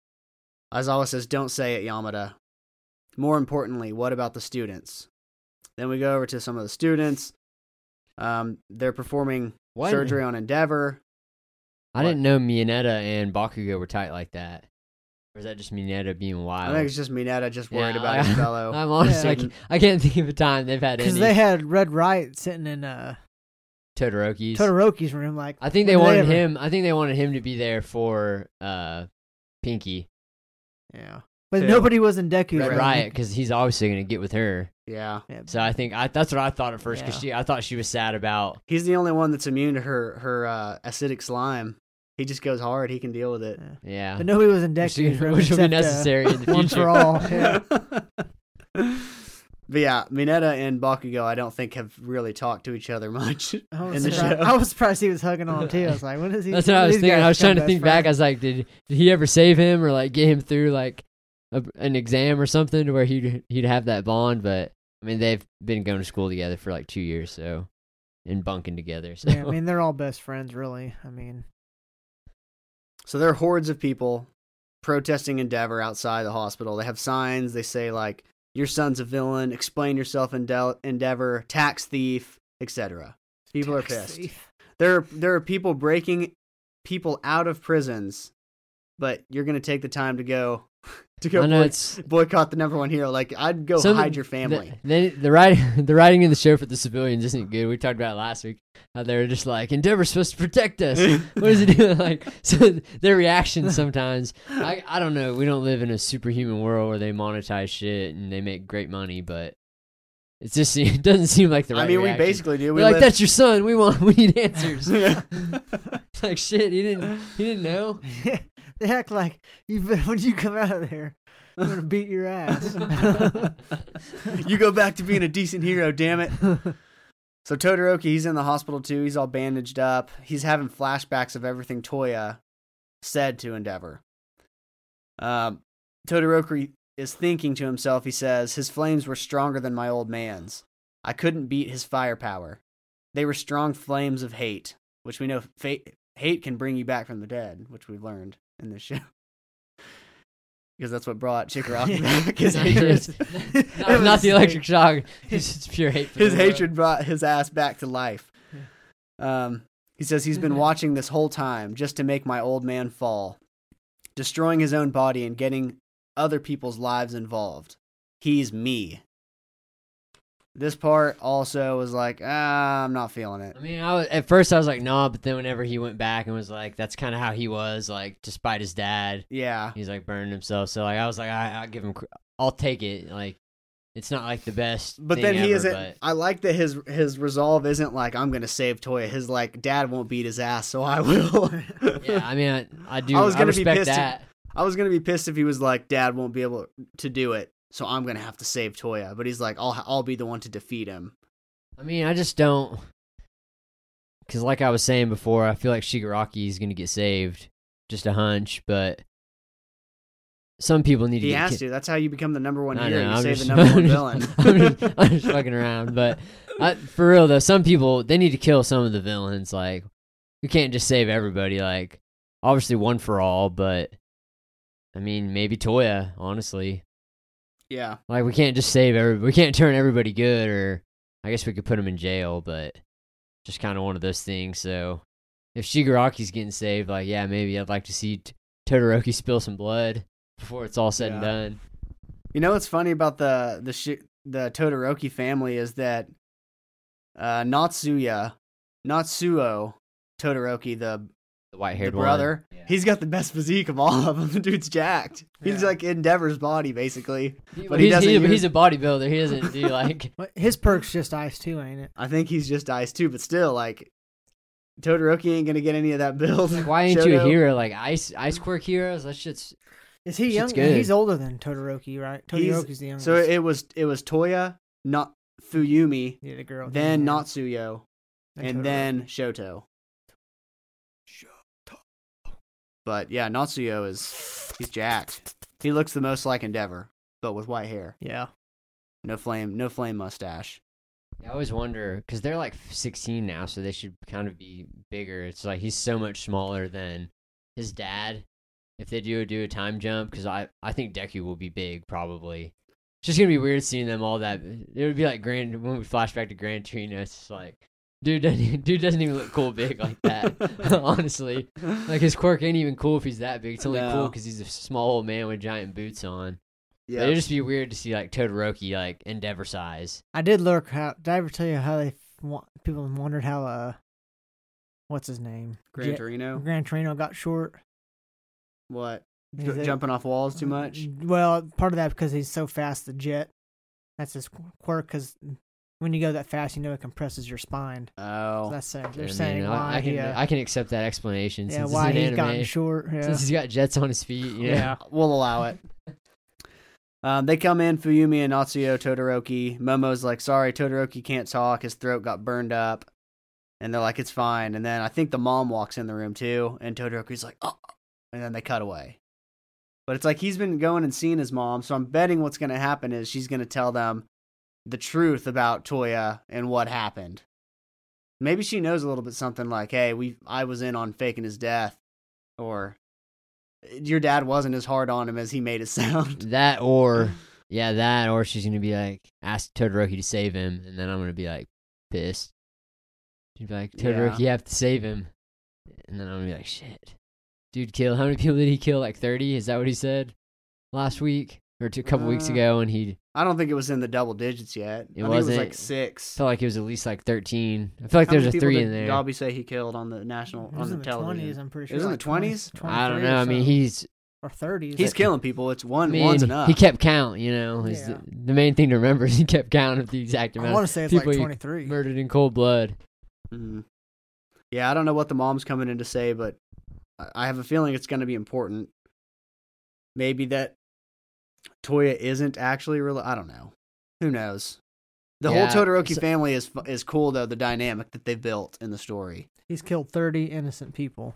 A: Aizawa says, "Don't say it, Yamada." More importantly, what about the students? Then we go over to some of the students. Um, they're performing
B: What?
A: surgery on Endeavor.
B: I didn't know Mineta and Bakugo were tight like that. Or is that just Mineta being
A: I,
B: wild?
A: think it's just Minetta just worried
B: Yeah,
A: about
B: I-
A: his fellow.
B: [laughs] I'm honestly,
C: Yeah.
B: I, can't, I can't think of a time they've had
C: Because
B: any
C: they had Red Riot sitting in uh,
B: Todoroki's.
C: Todoroki's room. Like
B: I think they
C: when did
B: wanted
C: ever-
B: him. I think they wanted him to be there for uh, Pinky
C: Yeah, but
A: Who?
C: nobody was in Deku's
A: Red
B: Red
C: room.
B: Riot because he's obviously gonna get with her.
A: yeah,
C: Yeah.
B: So I think I, that's what I thought at first because she I thought she was sad about
A: he's the only one that's immune to her her uh, acidic slime. He just goes hard. He can deal with it.
B: yeah,
C: But nobody was in
B: which,
C: Deku's
B: is-
C: room.
B: which will be
C: except, uh,
B: necessary in the
C: [laughs] one
B: future.
C: for all. Oh, Yeah.
A: [laughs] but yeah, Minetta and Bakugo, I don't think have really talked to each other [laughs] much.
C: I was,
A: in the
C: surprised,
A: show.
C: I was surprised he was hugging on him too. I was like, when is he?
B: [laughs] That's what
C: when
B: I
C: do
B: was
C: these
B: thinking.
C: guys
B: I was trying to
C: become
B: think
C: best
B: back. I was like, did did he ever save him or like get him through like a, an exam or something to where he'd he'd have that bond? But I mean, they've been going to school together for like two years, so and bunking together.
A: [laughs]
B: So
C: friends? Yeah, I mean, they're all best friends, really. I mean,
A: So there are hordes of people protesting Endeavor outside the hospital. They have signs. They say like, "Your son's a villain. Explain yourself, Ende- Endeavor. Tax thief, etc." People are
C: tax
A: pissed.
C: thief.
A: There are, there are people breaking people out of prisons, but you're gonna take the time to go [laughs] to go
B: [laughs] I know
A: boy-
B: it's
A: boycott the number one hero. Like I'd go
B: Some-
A: hide your family.
B: The, the, the writing, the writing in the show for the civilians isn't good. We talked about it last week how they were just like Endeavor's supposed to protect
C: [laughs]
B: us. [laughs]
A: [laughs]
B: what is it doing? [laughs] Like so, their reactions sometimes. I I don't know. We don't live in a superhuman world where they monetize shit and they make great money, but it just [laughs] seem- it doesn't seem like the right.
A: I mean,
B: reaction.
A: we basically do.
B: They're
A: We
B: like
A: live-
B: that's your son. We want we
A: [laughs]
B: need answers. It's [laughs] like shit. He didn't he
A: [laughs]
B: didn't know.
C: [laughs]
B: [laughs]
C: they act like you [laughs] when you come out
A: [laughs]
C: of there, I'm gonna beat your ass. [laughs]
A: [laughs] you go back to being a decent hero, damn it. So Todoroki, he's in the hospital too. He's all bandaged up. He's having flashbacks of everything Toya said to Endeavor. Um, Todoroki is thinking to himself. He says, "His flames were stronger than my old man's. I couldn't beat his firepower. They were strong flames of hate, which we know fate, hate can bring you back from the dead, which we've learned in this show." [laughs] Because that's what brought Shigaraki back. [laughs]
B: [laughs]
A: His
B: Not-
A: hatred.
B: not, not the
A: [laughs]
B: electric shock. It's just pure hate. for
A: his
B: the world.
A: hatred brought his ass back to life. Um, he says he's
B: Mm-hmm.
A: been watching this whole time just to make my old man fall, destroying his own body and getting other people's lives involved. He's me. This part also was like, ah, I'm not feeling it.
B: I mean, I was, at first I was like, nah, but then whenever he went back and was like, that's kind of how he was, like, despite his dad,
A: Yeah,
B: he's like burning himself. So like, I was like, I, I'll give him, cr- I'll take it. Like, it's not like the best.
A: but
B: thing
A: then he
B: ever,
A: isn't.
B: but-
A: I like that his his resolve isn't like I'm gonna save Toya. His like dad won't beat his ass, so I will.
B: yeah, I mean,
A: [laughs]
B: I, I do.
A: I
B: I
A: was gonna be
B: respect
A: pissed if-
B: that.
A: I was gonna be pissed if he was like, "Dad won't be able to do it, so I'm gonna have to save Toya." But he's like, "I'll I'll be the one to defeat him."
B: I mean, I just don't. Because, like I was saying before, I feel like Shigaraki is going to get saved. Just a hunch, but some people need to
A: He
B: get
A: has
B: ki-
A: to. That's how you become the number one
B: I
A: hero.
B: know,
A: you
B: I'm
A: save
B: just-
A: the number one
B: [laughs] I'm just-
A: villain.
B: I'm just, [laughs] I'm
A: [laughs]
B: just fucking around, but I, for real though, some people they need to kill some of the villains. Like you can't just save everybody. Like obviously one for all, but I mean maybe Toya. Honestly,
A: yeah,
B: like we can't just save every. We can't turn everybody good, or I guess we could put them in jail, but just kind of one of those things. So if Shigaraki's getting saved, like yeah, maybe I'd like to see T- Todoroki spill some blood before it's all said and
A: Yeah.
B: done.
A: you know what's funny about the the shi the Todoroki family is that uh, Natsuya, Natsuo Todoroki, the
B: The white
A: the
B: haired
A: brother, He's got the best physique of all of them. [laughs] The dude's jacked. He's
C: Yeah.
A: like Endeavor's body, basically.
B: But
A: he
B: he's,
A: doesn't
B: he-
A: use-
B: he's a bodybuilder. He doesn't do
C: [laughs]
B: like. [laughs]
C: But his perk's just ice too, ain't it?
A: I think he's just ice too, but still, like Todoroki ain't gonna get any of that build. [laughs]
B: Why ain't you a
A: Shoto-
B: hero? Like ice ice quirk heroes. Let's just.
C: Is he
B: Shit's
C: young?
B: good.
C: He's older than Todoroki, right?
A: He's-
C: Todoroki's the youngest.
A: So it was it was Toya, not Fuyumi,
C: yeah, the girl.
A: then
C: yeah.
A: Natsuyo, and
C: Todoroki.
A: then Shoto. But yeah, Natsuyo is he's jacked. He looks the most like Endeavor, but with white hair,
C: yeah,
A: no flame, no flame mustache.
B: I always wonder because they're like 16 now, so they should kind of be bigger. It's like he's so much smaller than his dad. If they do do a time jump, because I I think Deku will be big probably. It's just gonna be weird seeing them all that. It would be like Grand when we flash back to Grand Torino. It's just like dude doesn't even, [laughs] dude doesn't even look cool big
A: [laughs]
B: like that. Honestly, like his quirk ain't even cool if he's that big. It's only cool 'cause
A: No.
B: cool because he's a small old man with giant boots on. But
A: Yeah,
B: it'd just be weird to see like Todoroki like Endeavor size.
C: I did look. How did I ever tell you how they wa- people wondered how uh, what's his name?
A: Gran
C: Yeah.
A: Torino.
C: Gran Torino got short.
A: What
C: Is
A: Ju-
C: it-
A: jumping off walls too much?
C: Um,
B: Mm-hmm.
C: Well, part of that because he's so fast. The jet, that's his qu- quirk. Because when you go that fast, you know it compresses your spine. So
A: Oh,
C: that's saying they're
B: I mean,
C: saying
B: I-
C: why
B: I can,
C: he, uh,
B: I can accept that explanation.
C: yeah,
B: since
C: why
B: it's
C: he's
B: an
C: gotten
B: anime,
C: short. Yeah.
B: since he's got jets on his feet. You know?
C: Yeah.
A: [laughs] we'll allow it. Um, they come in, Fuyumi and Natsuyo, Todoroki. Momo's like, sorry, Todoroki can't talk. His throat got burned up. And they're like, it's fine. And then I think the mom walks in the room too. And Todoroki's like, oh. And then they cut away. But it's like he's been going and seeing his mom. So I'm betting what's going to happen is she's going to tell them the truth about Toya and what happened. Maybe she knows a little bit something like, hey, we I was in on faking his death. Or your dad wasn't as hard on him as he made it [laughs] sound.
B: That or yeah, that or she's gonna be like ask Todoroki to save him, and then I'm gonna be like pissed. She'd be like Todoroki,
A: Yeah.
B: you have to save him, and then I'm gonna be like shit, dude, kill. How many people did he kill? Like thirty? Is that what he said last week or two, a couple weeks
A: Uh,
B: ago? And he
A: I don't think it was in the double digits yet. I
B: It
A: think it was
B: wasn't.
A: like six.
B: felt like it was at least like thirteen. I feel like
A: How many
B: there's a
A: people
B: three
A: did
B: in there.
A: Dobby say he killed on the national
C: It
A: on
C: was
A: the,
C: in the
A: television.
C: twenties. I'm pretty
A: It
C: sure.
A: was in
C: like
A: the 20s?
B: I don't
C: 23 or
B: know. I mean,
C: so.
B: he's
C: or thirties.
A: He's killing people. It's one.
B: I mean,
A: one's enough.
B: He kept count, you know. Is
C: Yeah.
B: the, the main thing to remember is he kept count of the exact
C: I
B: amount
C: want to say it's like
B: people you
C: 23.
B: of murdered in cold blood.
A: Mhm. Yeah, I don't know what the mom's coming in to say, but I- I have a feeling it's going to be important. Maybe that Toya isn't actually real. I don't know. Who knows? The
B: Yeah,
A: whole Todoroki
B: so-
A: family is fu- is cool though. The dynamic that they've built in the story.
C: He's killed 30 innocent people.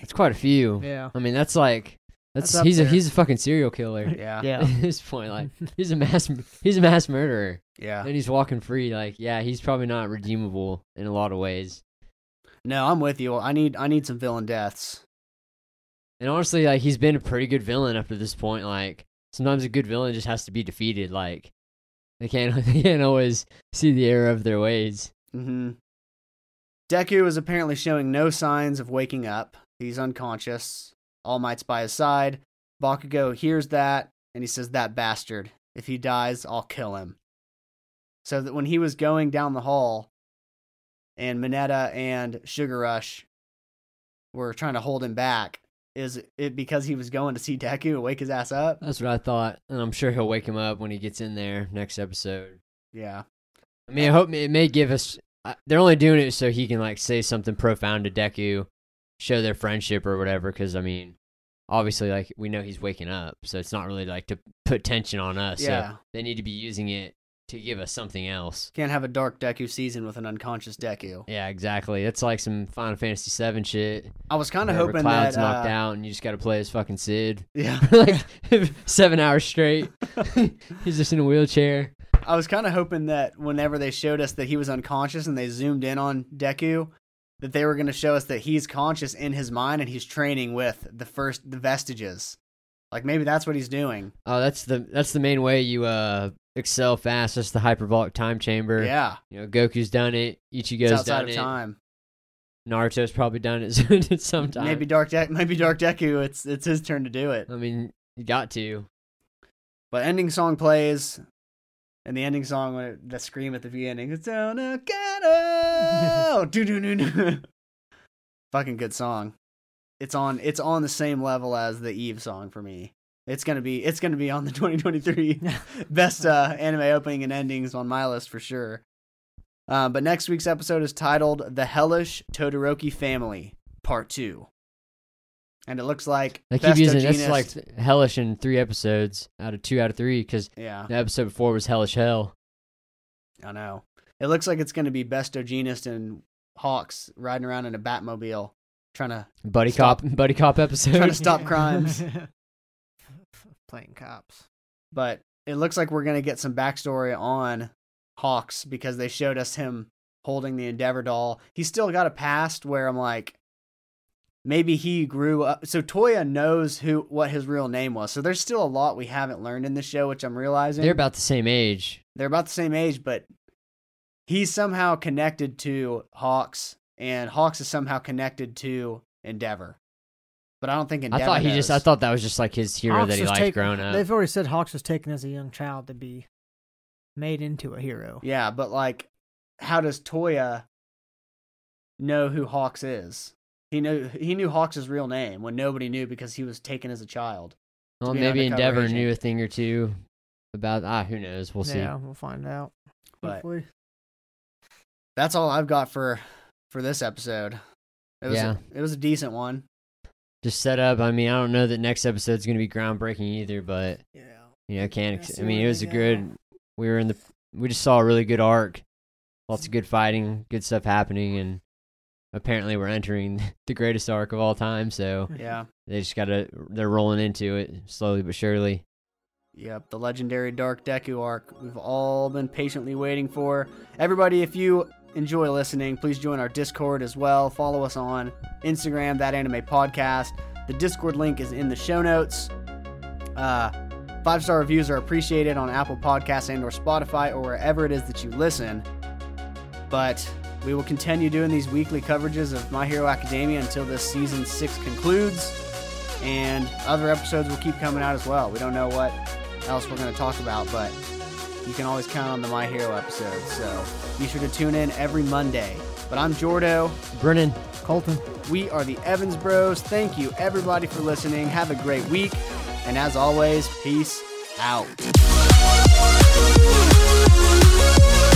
B: It's quite a few.
C: Yeah.
B: I mean, that's like that's,
C: That's up
B: he's a
C: there.
B: he's a fucking serial killer
A: Yeah, yeah,
C: [laughs] Yeah.
B: [laughs] at this point.
C: [laughs]
B: Like he's a mass he's a mass murderer,
A: yeah.
B: and he's walking free. Like yeah, he's probably not redeemable in a lot of ways.
A: No, I'm with you. I need I need some villain deaths.
B: And honestly, like he's been a pretty good villain up to this point. Like sometimes a good villain just has to be defeated. Like they can't [laughs] they can't always see the error of their ways.
A: Mm-hmm. Deku is apparently showing no signs of waking up. He's unconscious. All Might's by his side. Bakugo hears that and he says, That bastard. If he dies, I'll kill him. So that when he was going down the hall and Mineta and Sugar Rush were trying to hold him back, is it because he was going to see Deku and wake his ass up?
B: That's what I thought, and I'm sure he'll wake him up when he gets in there next episode.
A: Yeah.
B: I mean, I hope it may give us. I- They're only doing it so he can like say something profound to Deku, show their friendship or whatever. Because I mean, obviously, like we know he's waking up, so it's not really like to put tension on us.
A: Yeah.
B: So they need to be using it to give us something else.
A: Can't have a dark Deku season with an unconscious Deku.
B: Yeah, exactly. It's like some Final Fantasy VII shit.
A: I was kind of
B: whenever
A: hoping
B: Cloud's
A: that. Uh,
B: knocked out, and you just got to play as fucking Sid,
A: Yeah.
B: [laughs] like seven
A: [laughs]
B: hours straight. [laughs] he's just in a wheelchair.
A: I was kind of hoping that whenever they showed us that he was unconscious and they zoomed in on Deku, that they were going to show us that he's conscious in his mind and he's training with the first the vestiges. Like maybe that's what he's doing.
B: Oh, that's the that's the main way you uh excel fast. That's the hyperbolic time chamber.
A: Yeah,
B: You know, Goku's done it.
A: it's
B: Ichigo's
A: outside
B: done
A: of
B: it.
A: time.
B: Naruto's probably done it [laughs] sometime.
A: Maybe Dark De- maybe Dark Deku. It's it's his turn to do it.
B: I mean, you got to.
A: But ending song plays, and the ending song when it, the scream at the V ending. It's on a
B: [laughs]
A: [laughs] do do do do. Fucking good song. It's on it's on the same level as the Eve song for me. It's gonna be it's gonna be on the [laughs]
B: [laughs]
A: 2023 best uh, anime opening and endings on my list for sure. Uh, but next week's episode is titled "The Hellish Todoroki Family Part 2. and it looks like
B: They keep
A: best
B: using that's
A: Ogenist-
B: like hellish in three episodes out of two out of three because
A: yeah,
B: the episode before was hellish hell.
A: I know. It looks like it's gonna be best Ogenist and Hawks riding around in a Batmobile trying to
B: Buddy
A: Stop.
B: cop, [laughs] buddy cop episode.
A: Trying to stop crimes.
C: [laughs] Playing cops.
A: but it looks like we're going to get some backstory on Hawks because they showed us him holding the Endeavor doll. He's still got a past where I'm like, maybe he grew up. So Toya knows who what his real name was. So there's still a lot we haven't learned in the show, which I'm realizing
B: They're about the same age.
A: they're about the same age, but he's somehow connected to Hawks, and Hawks is somehow connected to Endeavor. But I don't think Endeavor.
B: I thought he just. I
A: knows.
B: thought that was just like his hero
C: Hawks
B: that he
C: was
B: liked
C: taken-
B: growing up.
C: They've already said Hawks was taken as a young child to be made into a hero.
A: Yeah, but like, how does Toya know who Hawks is? He knew he knew Hawks' real name when nobody knew because he was taken as a child.
B: well,
A: be an
B: maybe
A: undercover
B: Endeavor
A: agent.
B: knew a thing or two about. Ah, who knows? We'll see.
C: yeah, we'll find out.
A: But-
C: Hopefully.
A: That's all I've got for for this episode. It was
B: Yeah.
A: a, it was a decent one.
B: Just set up. I mean, I don't know that next episode's gonna be groundbreaking either, but
C: Yeah.
B: you know, can't.
C: Yeah,
B: Ex-
C: see
B: I mean,
C: what
B: it was a
C: they got.
B: good. We were in the. We just saw a really good arc. Lots of good fighting, good stuff happening, and apparently we're entering [laughs] the greatest arc of all time. So
A: Yeah.
B: they just gotta. They're rolling into it slowly but surely.
A: Yep, the legendary Dark Deku arc we've all been patiently waiting for. Everybody, if you enjoy listening, please join our Discord as well. Follow us on Instagram, that anime podcast. The Discord link is in the show notes. Uh, five star reviews are appreciated on Apple Podcasts and or Spotify or wherever it is that you listen. But we will continue doing these weekly coverages of My Hero Academia until this season six concludes. And other episodes will keep coming out as well. We don't know what else we're going to talk about, but you can always count on the My Hero episode. So be sure to tune in every Monday. But I'm Jordo.
B: Brennan,
C: Colton.
A: We are the Evans Bros. Thank you, everybody, for listening. Have a great week. And as always, peace out.
D: Thank you.